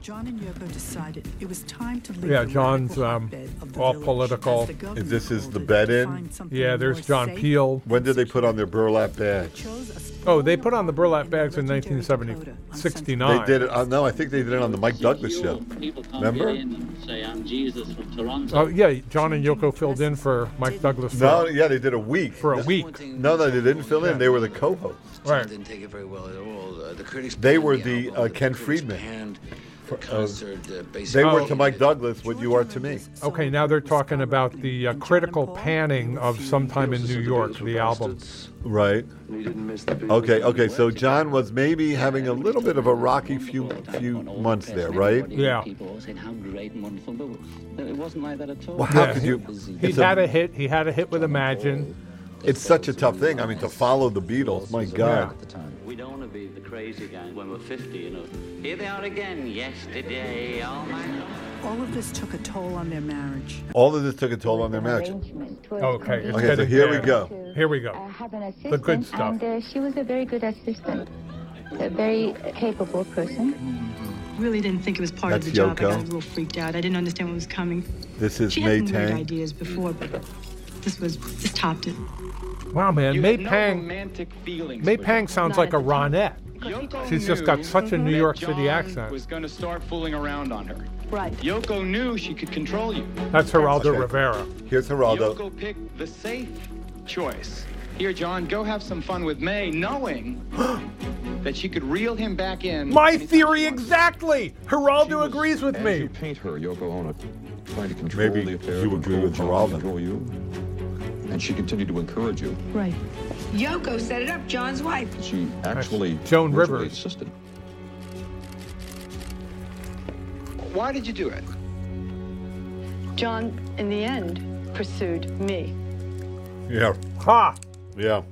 [SPEAKER 5] John and Yoko decided it was time to leave
[SPEAKER 1] Yeah,
[SPEAKER 5] the
[SPEAKER 1] John's,
[SPEAKER 5] radical
[SPEAKER 1] um,
[SPEAKER 5] hotbed of the
[SPEAKER 1] all
[SPEAKER 5] village
[SPEAKER 1] political.
[SPEAKER 5] as the government
[SPEAKER 2] this is the
[SPEAKER 5] told it
[SPEAKER 2] bed
[SPEAKER 5] to
[SPEAKER 2] in?
[SPEAKER 5] find something
[SPEAKER 1] Yeah, there's
[SPEAKER 5] more
[SPEAKER 1] John
[SPEAKER 5] safe.
[SPEAKER 1] Peel.
[SPEAKER 2] When did they put on their burlap bag?
[SPEAKER 5] Chose a small
[SPEAKER 1] Oh, they put on the burlap
[SPEAKER 5] apartment
[SPEAKER 1] bags in
[SPEAKER 5] legendary
[SPEAKER 1] 1970,
[SPEAKER 5] Dakota on Central-
[SPEAKER 1] 69.
[SPEAKER 2] They did it. On, no, I think they did it on the Mike Douglas
[SPEAKER 10] You,
[SPEAKER 2] show.
[SPEAKER 10] People come
[SPEAKER 2] Remember?
[SPEAKER 10] in and say, I'm Jesus from Toronto.
[SPEAKER 1] Oh, yeah, John and Yoko filled in for Mike Douglas for,
[SPEAKER 2] No, yeah, they did a week.
[SPEAKER 1] for a week.
[SPEAKER 2] No, no, they didn't fill in. They were the co-hosts.
[SPEAKER 1] Right.
[SPEAKER 6] Didn't take it very well at all. Uh, the critics
[SPEAKER 2] They were
[SPEAKER 6] panned
[SPEAKER 2] the,
[SPEAKER 6] album,
[SPEAKER 2] uh, Ken
[SPEAKER 6] critics
[SPEAKER 2] Friedman.
[SPEAKER 6] panned the
[SPEAKER 2] For, uh,
[SPEAKER 6] concert, uh,
[SPEAKER 2] They
[SPEAKER 6] basically.
[SPEAKER 2] were
[SPEAKER 1] Oh.
[SPEAKER 2] to Mike Douglas what you are to me.
[SPEAKER 1] Okay, now they're talking about the uh, critical panning of Sometime in New York, the album.
[SPEAKER 2] Right. Okay. Okay. So John was maybe having a little bit of a rocky few few months there, right?
[SPEAKER 1] Yeah.
[SPEAKER 10] People all saying how great and wonderful, but it wasn't like that at all.
[SPEAKER 2] Well, how
[SPEAKER 1] Yeah.
[SPEAKER 2] could you?
[SPEAKER 1] He
[SPEAKER 2] It's
[SPEAKER 1] had
[SPEAKER 2] a,
[SPEAKER 1] a hit. He had a hit with Imagine.
[SPEAKER 2] it's such a tough thing. I mean, to follow the Beatles, my God.
[SPEAKER 10] We don't want to be the crazy gang when we're 50, you know. Here they are again, yesterday, oh my
[SPEAKER 5] All of this took a toll on their marriage.
[SPEAKER 2] All of this took a toll on their marriage.
[SPEAKER 1] Okay, it's
[SPEAKER 2] Okay, so
[SPEAKER 1] getting
[SPEAKER 2] here we
[SPEAKER 1] there.
[SPEAKER 2] go.
[SPEAKER 1] Here we go.
[SPEAKER 9] I have uh, an assistant,
[SPEAKER 1] Oh. The good stuff.
[SPEAKER 9] and uh, she was a very good assistant, a very capable person.
[SPEAKER 11] really didn't think it was part
[SPEAKER 2] That's
[SPEAKER 11] of the job. I got
[SPEAKER 2] Yoko.
[SPEAKER 11] a little freaked out. I didn't understand what was coming.
[SPEAKER 2] This is
[SPEAKER 11] She
[SPEAKER 2] May
[SPEAKER 11] had some weird
[SPEAKER 2] Tang.
[SPEAKER 11] ideas before, but this was this topped it.
[SPEAKER 1] Wow, man, May
[SPEAKER 6] no
[SPEAKER 1] Pang.
[SPEAKER 6] romantic feelings.
[SPEAKER 1] May Pang sounds like a Ronette.
[SPEAKER 12] Yoko
[SPEAKER 1] She's just
[SPEAKER 12] knew
[SPEAKER 1] got such a New
[SPEAKER 12] that
[SPEAKER 1] York City
[SPEAKER 12] John
[SPEAKER 1] accent.
[SPEAKER 12] Was going to start fooling around on her.
[SPEAKER 4] Right.
[SPEAKER 12] Yoko knew she could control you.
[SPEAKER 1] That's Geraldo
[SPEAKER 2] Okay.
[SPEAKER 1] Rivera.
[SPEAKER 2] Here's Geraldo.
[SPEAKER 12] Yoko picked the safe choice. Here, John, go have some fun with May, knowing that she could reel him back in.
[SPEAKER 1] My theory exactly. Geraldo agrees with
[SPEAKER 13] As
[SPEAKER 1] me.
[SPEAKER 13] you paint her, Yoko Ono, trying to control
[SPEAKER 2] Maybe
[SPEAKER 13] the affair,
[SPEAKER 2] you agree
[SPEAKER 13] control
[SPEAKER 2] with
[SPEAKER 13] John,
[SPEAKER 2] Geraldo.
[SPEAKER 13] control you, and she continued to encourage you.
[SPEAKER 14] Right. Yoko set it up, John's wife.
[SPEAKER 13] She actually
[SPEAKER 1] Joan
[SPEAKER 13] virtually
[SPEAKER 1] Rivers.
[SPEAKER 13] insisted.
[SPEAKER 12] Why did you do it?
[SPEAKER 15] John, in the end, pursued me.
[SPEAKER 2] Yeah.
[SPEAKER 1] Ha!
[SPEAKER 2] Yeah.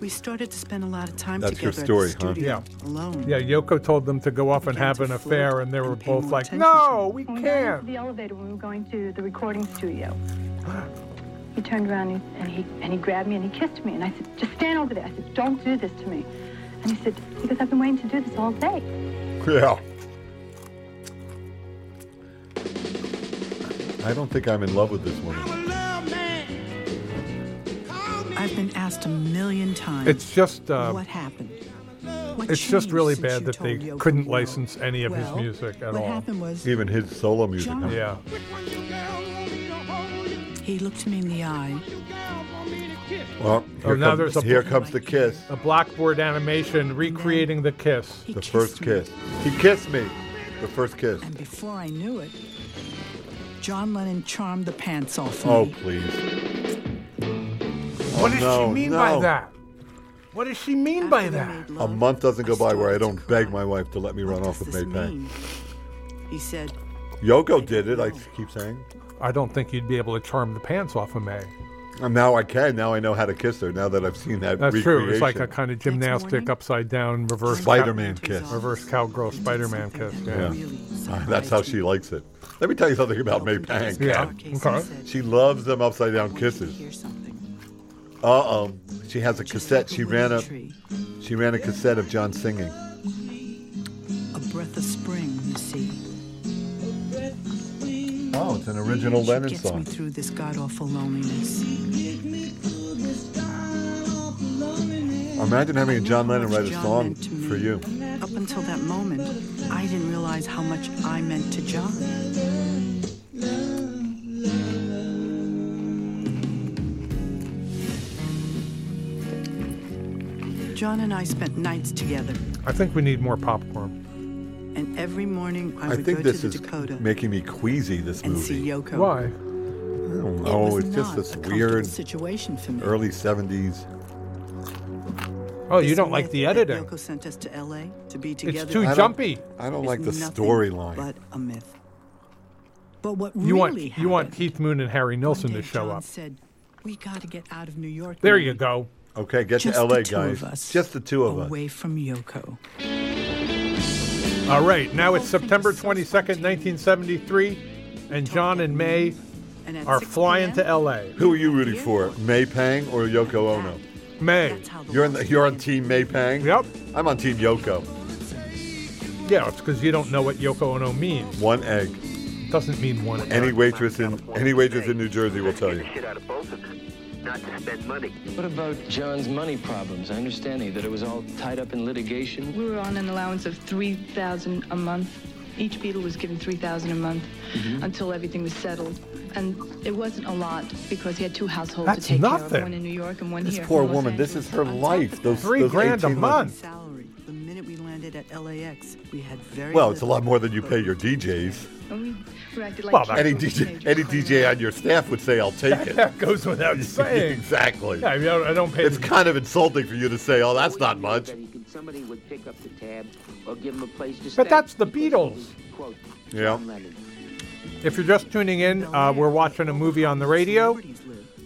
[SPEAKER 5] We started to spend a lot of time
[SPEAKER 2] That's your
[SPEAKER 5] together at the
[SPEAKER 2] story, huh?
[SPEAKER 5] studio
[SPEAKER 1] Yeah.
[SPEAKER 5] alone.
[SPEAKER 1] Yeah, Yoko told them to go off and have an affair, and they were both like, no, we
[SPEAKER 4] When got into
[SPEAKER 1] can't.
[SPEAKER 4] the elevator when we were going to the recording studio. He turned around and he, and he and he grabbed me and he kissed me and I said, just stand over there. I said, don't do this to me. And he said, because I've been waiting to do this all day.
[SPEAKER 2] Yeah. I don't think I'm in love with this woman.
[SPEAKER 5] I've been asked a million times.
[SPEAKER 1] It's just, uh,
[SPEAKER 5] what happened? What
[SPEAKER 1] It's just really
[SPEAKER 5] changed since
[SPEAKER 1] bad
[SPEAKER 5] you
[SPEAKER 1] that they
[SPEAKER 5] told Yoko
[SPEAKER 1] couldn't
[SPEAKER 5] no?
[SPEAKER 1] license any of his
[SPEAKER 5] Well,
[SPEAKER 1] music at
[SPEAKER 5] what
[SPEAKER 1] all.
[SPEAKER 5] happened was
[SPEAKER 2] Even his solo music. huh?
[SPEAKER 1] Yeah.
[SPEAKER 5] he looked me in the eye.
[SPEAKER 2] Well,
[SPEAKER 1] Oh,
[SPEAKER 2] here,
[SPEAKER 1] now
[SPEAKER 2] come-
[SPEAKER 1] there's a
[SPEAKER 2] here comes the kiss.
[SPEAKER 1] A blackboard animation recreating the kiss.
[SPEAKER 2] The first kiss. He kissed me. The first kiss.
[SPEAKER 5] And before I knew it, John Lennon charmed the pants off
[SPEAKER 2] Oh,
[SPEAKER 5] me.
[SPEAKER 2] please.
[SPEAKER 1] What does
[SPEAKER 2] no,
[SPEAKER 1] she mean by
[SPEAKER 2] no.
[SPEAKER 1] that? What does she mean by that?
[SPEAKER 2] A month doesn't go by where I don't beg my wife to let me run off with May Pang.
[SPEAKER 5] He said,
[SPEAKER 2] Yoko did it, I keep saying.
[SPEAKER 1] I don't think you'd be able to charm the pants off of May.
[SPEAKER 2] And now I can. Now I know how to kiss her. Now that I've seen that
[SPEAKER 1] That's
[SPEAKER 2] recreation.
[SPEAKER 1] true. It's like a kind of gymnastic upside down reverse cow-
[SPEAKER 2] Spider-Man kiss.
[SPEAKER 1] Reverse cowgirl Spider-Man kiss. Yeah.
[SPEAKER 2] Ah, That's how she likes it. Let me tell you something about May Pang.
[SPEAKER 1] Yeah, okay.
[SPEAKER 2] She loves them upside down kisses. Uh oh. She has a cassette. She ran a she ran a cassette of John singing.
[SPEAKER 5] a breath of spring, you see.
[SPEAKER 2] Oh, it's an original Lennon
[SPEAKER 5] she gets me
[SPEAKER 2] song.
[SPEAKER 5] through this god awful loneliness.
[SPEAKER 2] Imagine having a John Lennon write a
[SPEAKER 5] John
[SPEAKER 2] song
[SPEAKER 5] meant to me.
[SPEAKER 2] for you.
[SPEAKER 5] Up until that moment, I didn't realize how much I meant to John. John and I spent nights together,
[SPEAKER 1] I think we need more popcorn.
[SPEAKER 5] and every morning I
[SPEAKER 2] I
[SPEAKER 5] would
[SPEAKER 2] think
[SPEAKER 5] go
[SPEAKER 2] this
[SPEAKER 5] to
[SPEAKER 2] is
[SPEAKER 5] the Dakota
[SPEAKER 2] making me queasy. This
[SPEAKER 5] and see
[SPEAKER 2] movie.
[SPEAKER 5] Yoko.
[SPEAKER 1] Why?
[SPEAKER 2] I don't
[SPEAKER 5] it
[SPEAKER 2] know.
[SPEAKER 5] was
[SPEAKER 2] It's
[SPEAKER 5] not
[SPEAKER 2] just this
[SPEAKER 5] a comfortable
[SPEAKER 2] weird
[SPEAKER 5] situation for me.
[SPEAKER 2] early '70s.
[SPEAKER 1] Oh, you
[SPEAKER 5] This
[SPEAKER 1] don't like
[SPEAKER 5] myth
[SPEAKER 1] the
[SPEAKER 5] that
[SPEAKER 1] editing.
[SPEAKER 5] Yoko sent us to L.A. to be together.
[SPEAKER 1] too I don't- jumpy.
[SPEAKER 2] I don't
[SPEAKER 5] is
[SPEAKER 2] like the
[SPEAKER 5] nothing
[SPEAKER 2] storyline.
[SPEAKER 5] But a myth. But what
[SPEAKER 1] You want
[SPEAKER 5] really
[SPEAKER 1] you want Keith Moon and Harry Nilsson to show
[SPEAKER 5] John
[SPEAKER 1] up.
[SPEAKER 5] said, "We got to get out of New York."
[SPEAKER 1] There
[SPEAKER 5] now,
[SPEAKER 1] you go.
[SPEAKER 2] Okay, get
[SPEAKER 5] Just
[SPEAKER 2] to LA,
[SPEAKER 5] the two
[SPEAKER 2] guys.
[SPEAKER 5] of us
[SPEAKER 2] Just the two of us.
[SPEAKER 5] away from Yoko.
[SPEAKER 1] All right, now it's September 22nd, 1973, and John and May
[SPEAKER 5] And at
[SPEAKER 1] are
[SPEAKER 5] 6
[SPEAKER 1] flying to LA.
[SPEAKER 2] Who are you rooting for, May Pang or Yoko Ono?
[SPEAKER 1] May.
[SPEAKER 2] You're in the, you're on team May Pang.
[SPEAKER 1] Yep.
[SPEAKER 2] I'm on team Yoko.
[SPEAKER 1] Yeah, it's because you don't know what Yoko Ono means.
[SPEAKER 2] One egg.
[SPEAKER 1] Doesn't mean one.
[SPEAKER 2] Any waitress in any waitress in New Jersey will tell you.
[SPEAKER 16] What about John's money problems? I understand that it was all tied up in litigation.
[SPEAKER 11] We were on an allowance of 3000 a month. Each Beatle was given 3000 a month
[SPEAKER 2] Mm-hmm.
[SPEAKER 11] until everything was settled. And it wasn't a lot because he had two households
[SPEAKER 2] That's
[SPEAKER 11] to take care
[SPEAKER 2] nothing.
[SPEAKER 11] of, one in New York and one
[SPEAKER 2] This
[SPEAKER 11] here.
[SPEAKER 2] poor
[SPEAKER 11] in Los
[SPEAKER 2] woman. This is her life. Those
[SPEAKER 1] Three
[SPEAKER 2] those
[SPEAKER 1] grand a
[SPEAKER 2] 18
[SPEAKER 1] month.
[SPEAKER 5] Salary. The minute we landed at LAX, we had very
[SPEAKER 2] Well, it's a
[SPEAKER 5] little,
[SPEAKER 2] lot more than you
[SPEAKER 5] but
[SPEAKER 2] pay your DJs.
[SPEAKER 11] And we were acted like
[SPEAKER 2] Well,
[SPEAKER 11] children.
[SPEAKER 2] any DJ any DJ on your staff would say, "I'll take it."
[SPEAKER 1] That goes without saying.
[SPEAKER 2] exactly.
[SPEAKER 1] Yeah, I, mean, I don't- I don't pay.
[SPEAKER 2] It's kind of insulting for you to say, "Oh, that's not much."
[SPEAKER 10] That he could, somebody would pick up the tab or give him a place to stay.
[SPEAKER 1] But that's the Beatles.
[SPEAKER 10] Quote,
[SPEAKER 2] Yeah.
[SPEAKER 1] If you're just tuning in, uh, we're watching a movie on the radio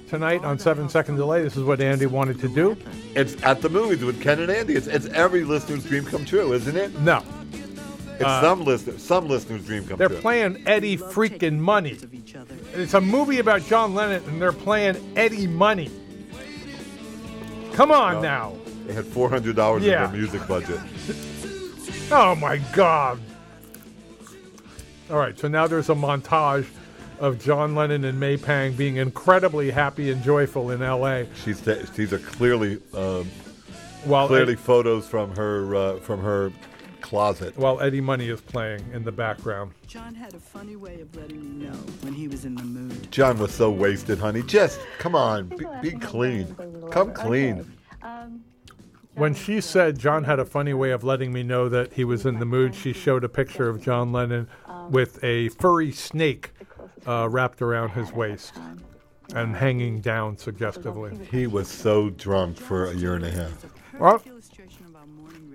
[SPEAKER 1] tonight on Seven Second Delay. This is what Andy wanted to do.
[SPEAKER 2] It's at the movies with Ken and Andy. It's, it's every listener's dream come true, isn't it?
[SPEAKER 1] No.
[SPEAKER 2] It's
[SPEAKER 1] Uh,
[SPEAKER 2] some listener, some listener's dream come
[SPEAKER 1] They're
[SPEAKER 2] true.
[SPEAKER 1] playing Eddie freaking Money. It's a movie about John Lennon, and they're playing Eddie Money. Come on
[SPEAKER 2] No.
[SPEAKER 1] now.
[SPEAKER 2] They had four hundred dollars
[SPEAKER 1] Yeah.
[SPEAKER 2] in their music budget.
[SPEAKER 1] Oh my God. All right, so now there's a montage of John Lennon and May Pang being incredibly happy and joyful in LA.
[SPEAKER 2] She's these are clearly um,
[SPEAKER 1] While
[SPEAKER 2] clearly
[SPEAKER 1] Ed-
[SPEAKER 2] photos from her uh, from her closet.
[SPEAKER 1] while Eddie Money is playing in the background.
[SPEAKER 5] John had a funny way of letting me know when he was in the mood.
[SPEAKER 2] John was so wasted, honey. Just come on, be, be clean. Come clean.
[SPEAKER 1] When she said John had a funny way of letting me know that he was in the mood, she showed a picture of John Lennon with a furry snake uh, wrapped around his waist and hanging down suggestively.
[SPEAKER 2] He was so drunk for a year and a half.
[SPEAKER 1] Well,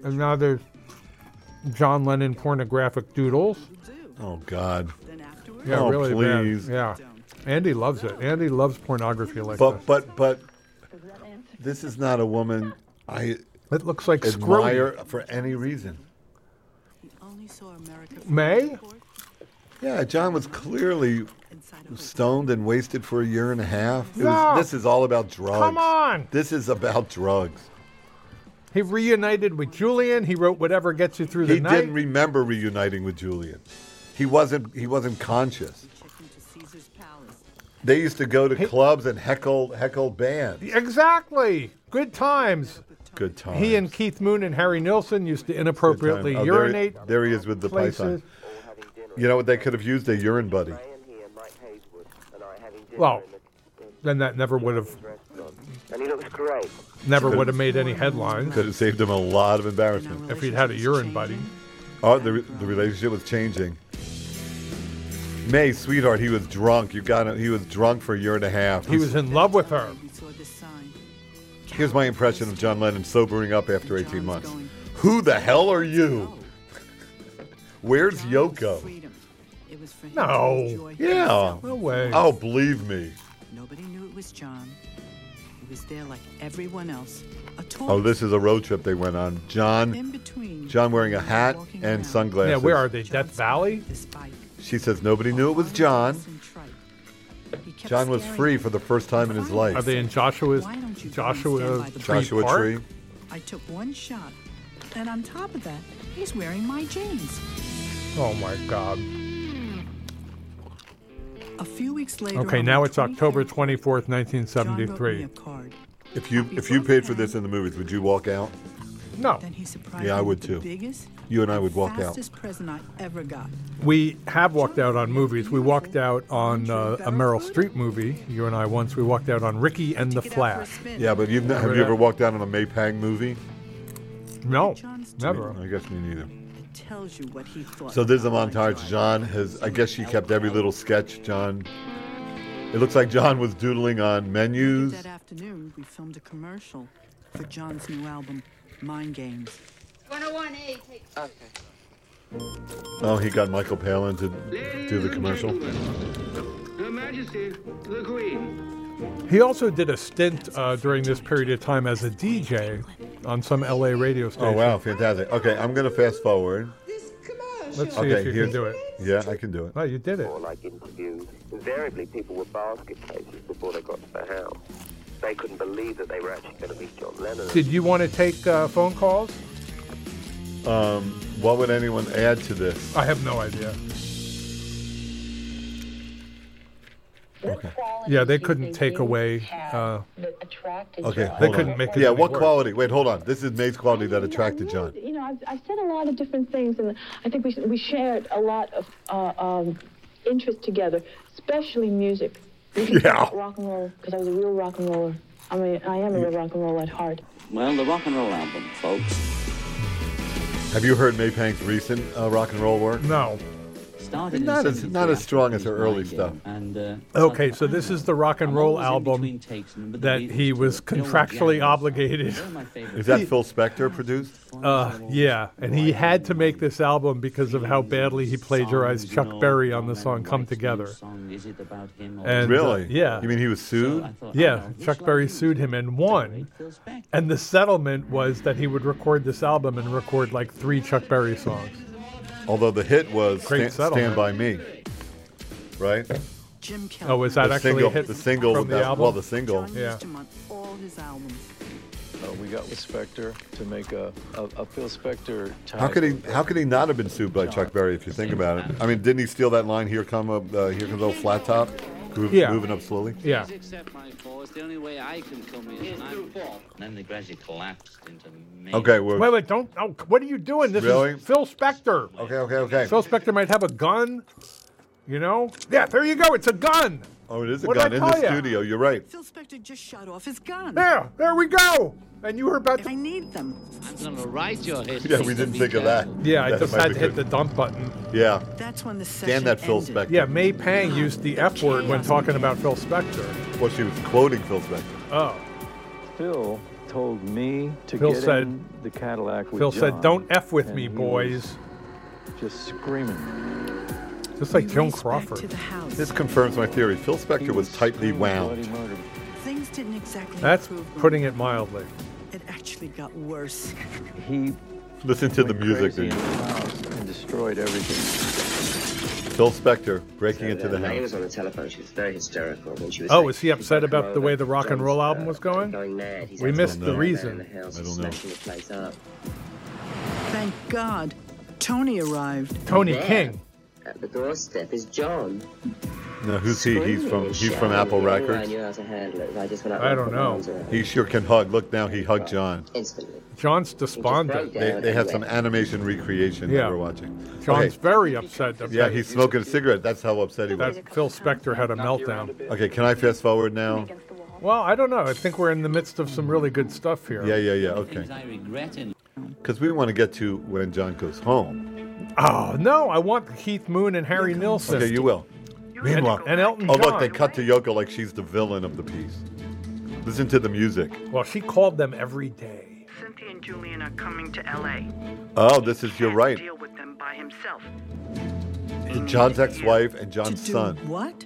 [SPEAKER 1] and now there's John Lennon pornographic doodles.
[SPEAKER 2] Oh God.
[SPEAKER 1] Yeah,
[SPEAKER 2] oh,
[SPEAKER 1] really bad.
[SPEAKER 2] please.
[SPEAKER 1] Yeah, Andy loves it. Andy loves pornography like
[SPEAKER 2] But
[SPEAKER 1] this.
[SPEAKER 2] but but this is not a woman I
[SPEAKER 1] It looks like screwy.
[SPEAKER 2] admire for any reason.
[SPEAKER 1] May?
[SPEAKER 2] Yeah, John was clearly stoned and wasted for a year and a half. It was-
[SPEAKER 1] No.
[SPEAKER 2] this is all about drugs.
[SPEAKER 1] Come on.
[SPEAKER 2] This is about drugs.
[SPEAKER 1] He reunited with Julian. He wrote whatever gets you through the
[SPEAKER 2] He
[SPEAKER 1] night.
[SPEAKER 2] didn't remember reuniting with Julian. He wasn't he wasn't conscious. They used to go to clubs and heckle heckle bands.
[SPEAKER 1] Exactly. Good times.
[SPEAKER 2] Good time.
[SPEAKER 1] He and Keith Moon and Harry Nilsson used to inappropriately
[SPEAKER 2] Oh, there he-
[SPEAKER 1] urinate.
[SPEAKER 2] There, he is with the
[SPEAKER 1] places.
[SPEAKER 2] python. You know what? They could have used a urine buddy.
[SPEAKER 1] Well, then that never would have
[SPEAKER 17] And he looks great.
[SPEAKER 1] never would have made any headlines
[SPEAKER 2] Could have saved him a lot of embarrassment.
[SPEAKER 1] if he'd had a urine buddy.
[SPEAKER 2] Oh, the, re- the relationship was changing. May, sweetheart, he was drunk. You got him. He was drunk for a year and a half.
[SPEAKER 1] He was in love with her.
[SPEAKER 2] Here's my impression of John Lennon sobering up after 18 months. Who the hell are
[SPEAKER 5] Oh,
[SPEAKER 2] you? Where's Yoko?
[SPEAKER 5] It was for him to
[SPEAKER 2] No.
[SPEAKER 5] enjoy
[SPEAKER 2] Yeah.
[SPEAKER 5] himself.
[SPEAKER 2] Oh, believe me.
[SPEAKER 5] Nobody knew it was John. He was there like everyone else. A tourist.
[SPEAKER 2] Oh, this is a road trip they went on. John, John wearing a hat and sunglasses.
[SPEAKER 1] Yeah, where are they? Death Valley?
[SPEAKER 2] She says nobody knew it was John. John was free for the first time in his life.
[SPEAKER 1] Are they in Joshua's Joshua Tree
[SPEAKER 2] Joshua
[SPEAKER 1] Park?
[SPEAKER 2] Tree?
[SPEAKER 5] I took one shot, and on top of that, he's wearing my jeans.
[SPEAKER 1] Oh my God.
[SPEAKER 5] A few weeks later,
[SPEAKER 1] Okay,
[SPEAKER 5] on
[SPEAKER 1] now
[SPEAKER 5] the
[SPEAKER 1] it's October 24th,
[SPEAKER 5] John wrote me
[SPEAKER 1] 1973.
[SPEAKER 5] a card.
[SPEAKER 2] If you if you paid for this in the movies, would you walk out?
[SPEAKER 1] No.
[SPEAKER 5] Then he surprised
[SPEAKER 2] Yeah, I
[SPEAKER 5] me
[SPEAKER 2] would
[SPEAKER 5] with the
[SPEAKER 2] too.
[SPEAKER 5] biggest,
[SPEAKER 2] You and I would walk out.
[SPEAKER 5] fastest present I ever got.
[SPEAKER 1] We have walked out on movies. We walked out on uh, a Meryl Streep movie. You and I once. We walked out on Ricky and the Flash.
[SPEAKER 2] Yeah, but you've not, have you ever walked out on a May Pang movie?
[SPEAKER 1] No, never.
[SPEAKER 2] I guess me neither.
[SPEAKER 5] It tells you what he thought.
[SPEAKER 2] So there's a montage. John has. I guess she kept every little sketch. John. It looks like John was doodling on menus.
[SPEAKER 5] That afternoon, we filmed a commercial for John's new album, Mind Games.
[SPEAKER 17] 101A takes. Okay.
[SPEAKER 2] Oh, he got Michael Palin to do the commercial.
[SPEAKER 8] Her Majesty, the Queen.
[SPEAKER 1] He also did a stint uh, during this period of time as a DJ on some LA radio station.
[SPEAKER 2] Oh wow, fantastic. Okay, I'm gonna fast forward.
[SPEAKER 1] Let's see
[SPEAKER 2] okay,
[SPEAKER 1] if you
[SPEAKER 2] here's-
[SPEAKER 1] can do it.
[SPEAKER 2] Yeah, I can do it.
[SPEAKER 1] Oh, you did it.
[SPEAKER 17] Or like interviews. Invariably, people were basket cases before they got to the house. They couldn't believe that they were actually going to meet John Lennon.
[SPEAKER 1] Did you want to take uh, phone calls?
[SPEAKER 2] Um, what would anyone add to this?
[SPEAKER 1] I have no idea. Okay. Yeah, they couldn't take away. Uh,
[SPEAKER 2] Okay,
[SPEAKER 1] they
[SPEAKER 2] hold
[SPEAKER 1] couldn't
[SPEAKER 2] on.
[SPEAKER 1] make it.
[SPEAKER 2] Yeah,
[SPEAKER 1] any
[SPEAKER 2] what
[SPEAKER 1] worse.
[SPEAKER 2] quality? Wait, hold on. This is May's quality that attracted John.
[SPEAKER 18] You know, I've, I've said a lot of different things, and I think we, we shared a lot of uh, um, interest together, especially music. We can
[SPEAKER 10] Yeah.
[SPEAKER 18] talk Rock and roll, because I was a real rock and roller. I mean, I am a real rock and roller at heart.
[SPEAKER 10] Well, the rock and roll album, folks,
[SPEAKER 2] Have you heard May Pang's recent uh, rock and roll work?
[SPEAKER 1] No.
[SPEAKER 10] started
[SPEAKER 2] Not
[SPEAKER 10] in
[SPEAKER 2] as not as strong as her early stuff.
[SPEAKER 10] And uh,
[SPEAKER 1] Okay, so this is the rock and roll album that he was contractually obligated.
[SPEAKER 2] Is that Phil Spector produced?
[SPEAKER 1] Uh, yeah, and he had to make this album because of how badly he plagiarized Chuck Berry on the song "Come Together."
[SPEAKER 10] is it about him? Or
[SPEAKER 1] And, uh,
[SPEAKER 2] really?
[SPEAKER 1] yeah.
[SPEAKER 2] You mean he was sued?
[SPEAKER 10] uh,
[SPEAKER 1] Yeah, Chuck Berry sued him and won. And the settlement was that he would record this album and record like three Chuck Berry songs.
[SPEAKER 2] Although the hit was
[SPEAKER 1] Great
[SPEAKER 2] Stand, Stand
[SPEAKER 1] settlement.
[SPEAKER 2] by Me, right?
[SPEAKER 5] Jim Kelly.
[SPEAKER 1] Oh, was that
[SPEAKER 2] the
[SPEAKER 1] actually
[SPEAKER 2] single,
[SPEAKER 1] a hit
[SPEAKER 2] the single
[SPEAKER 1] from
[SPEAKER 2] with
[SPEAKER 1] the
[SPEAKER 2] that,
[SPEAKER 1] album?
[SPEAKER 2] Well, the single.
[SPEAKER 1] Yeah.
[SPEAKER 5] Used him on all his albums.
[SPEAKER 19] Uh, we got with Spector to make a, a, a Phil Spector type.
[SPEAKER 2] How could he? How could he not have been sued by Chuck Berry? If you think about it, I mean, didn't he steal that line? Here come a, uh, here comes a little flat top. Groove-
[SPEAKER 1] Yeah.
[SPEAKER 2] Moving up slowly.
[SPEAKER 1] Yeah.
[SPEAKER 10] Please accept my fall. It's the only way I can come in. It's through fall. And then they gradually collapsed into me.
[SPEAKER 2] Okay,
[SPEAKER 1] Wait,
[SPEAKER 2] we're-
[SPEAKER 1] wait, don't. Oh, what are you doing? This
[SPEAKER 2] Really?
[SPEAKER 1] is Phil Spector.
[SPEAKER 2] Okay, okay, okay.
[SPEAKER 1] Phil Spector might have a gun. You know? Yeah, there you go. It's a gun.
[SPEAKER 2] Oh, it is a
[SPEAKER 1] What did
[SPEAKER 2] gun
[SPEAKER 1] I
[SPEAKER 2] in the
[SPEAKER 1] tell ya?
[SPEAKER 2] studio. You're right.
[SPEAKER 5] Phil Spector just shot off his gun.
[SPEAKER 1] Yeah, there we go. And you were about
[SPEAKER 5] to. I need them.
[SPEAKER 10] I'm gonna write your history.
[SPEAKER 2] Yeah, we didn't think of that.
[SPEAKER 1] Yeah, I
[SPEAKER 2] That
[SPEAKER 1] just
[SPEAKER 2] might
[SPEAKER 1] had
[SPEAKER 2] be
[SPEAKER 1] to hit
[SPEAKER 2] good.
[SPEAKER 1] the dump button.
[SPEAKER 2] Yeah.
[SPEAKER 5] That's when the
[SPEAKER 2] Damn that Phil Spector.
[SPEAKER 1] Yeah, May Pang used the F word when talking about Phil Spector.
[SPEAKER 2] Well, she was quoting Phil Spector.
[SPEAKER 1] Oh.
[SPEAKER 19] Phil told me to
[SPEAKER 1] Phil
[SPEAKER 19] get
[SPEAKER 1] said-
[SPEAKER 19] in the Cadillac with
[SPEAKER 1] Phil said,
[SPEAKER 19] John,
[SPEAKER 1] "Don't f with
[SPEAKER 19] and
[SPEAKER 1] me,
[SPEAKER 19] he
[SPEAKER 1] boys."
[SPEAKER 19] was Just screaming.
[SPEAKER 1] Just like Joan
[SPEAKER 5] Release back to
[SPEAKER 1] Crawford.
[SPEAKER 5] the house.
[SPEAKER 2] This confirms my theory. Phil Spector was tightly wound.
[SPEAKER 5] Things didn't exactly
[SPEAKER 1] That's
[SPEAKER 5] improve when-
[SPEAKER 1] putting it mildly.
[SPEAKER 5] It actually got worse.
[SPEAKER 19] He
[SPEAKER 2] Listen to the
[SPEAKER 19] went
[SPEAKER 2] music.
[SPEAKER 19] crazy in
[SPEAKER 2] dude.
[SPEAKER 19] the house and destroyed everything.
[SPEAKER 2] Phil Spector breaking into the
[SPEAKER 20] Maggie
[SPEAKER 2] house.
[SPEAKER 20] was on the telephone. She was Oh, very hysterical. When she was
[SPEAKER 1] Oh,
[SPEAKER 20] like,
[SPEAKER 1] was he upset about the way the rock and roll album was going?
[SPEAKER 20] going mad. He's
[SPEAKER 1] We
[SPEAKER 20] out
[SPEAKER 1] missed
[SPEAKER 20] there
[SPEAKER 1] the
[SPEAKER 20] in
[SPEAKER 1] reason.
[SPEAKER 20] house,
[SPEAKER 1] I don't know.
[SPEAKER 20] smashing the place up.
[SPEAKER 5] Thank God, Tony arrived.
[SPEAKER 1] Tony
[SPEAKER 20] There,
[SPEAKER 1] King.
[SPEAKER 20] At the doorstep is John.
[SPEAKER 2] No, who's he? He's
[SPEAKER 20] screaming
[SPEAKER 2] from
[SPEAKER 20] and
[SPEAKER 2] he's from
[SPEAKER 20] shouting.
[SPEAKER 2] Apple
[SPEAKER 20] The only way I
[SPEAKER 2] Records.
[SPEAKER 20] knew how to handle it. was I just went out
[SPEAKER 1] I
[SPEAKER 20] there and
[SPEAKER 1] don't
[SPEAKER 20] put my
[SPEAKER 1] know.
[SPEAKER 20] arms around him
[SPEAKER 2] He sure can hug. Look now, he hugged John.
[SPEAKER 20] Instantly.
[SPEAKER 1] John's despondent.
[SPEAKER 2] They, they had some animation recreation
[SPEAKER 1] Yeah.
[SPEAKER 2] that we're watching.
[SPEAKER 1] John's
[SPEAKER 2] Okay.
[SPEAKER 1] very upset. That
[SPEAKER 2] Yeah, he's smoking a cigarette. That's how upset he was.
[SPEAKER 1] that Phil Spector had a meltdown.
[SPEAKER 2] Okay, can I fast forward now?
[SPEAKER 1] Well, I don't know. I think we're in the midst of some really good stuff here.
[SPEAKER 2] Yeah, yeah, yeah. Okay.
[SPEAKER 10] I regret in
[SPEAKER 2] Because we want to get to when John goes home.
[SPEAKER 1] Oh no, I want Keith Moon and Harry Nilsson.
[SPEAKER 2] Okay, you will. Meanwhile,
[SPEAKER 1] and Elton
[SPEAKER 2] oh look,
[SPEAKER 1] John.
[SPEAKER 2] they cut to Yoko like she's the villain of the piece. Listen to the music.
[SPEAKER 1] Well, she called them every day.
[SPEAKER 21] Cynthia and Julian are coming to LA.
[SPEAKER 2] Oh, this is you're right.
[SPEAKER 21] Deal with them by himself.
[SPEAKER 2] John's ex-wife and John's
[SPEAKER 5] Do
[SPEAKER 2] son.
[SPEAKER 5] what?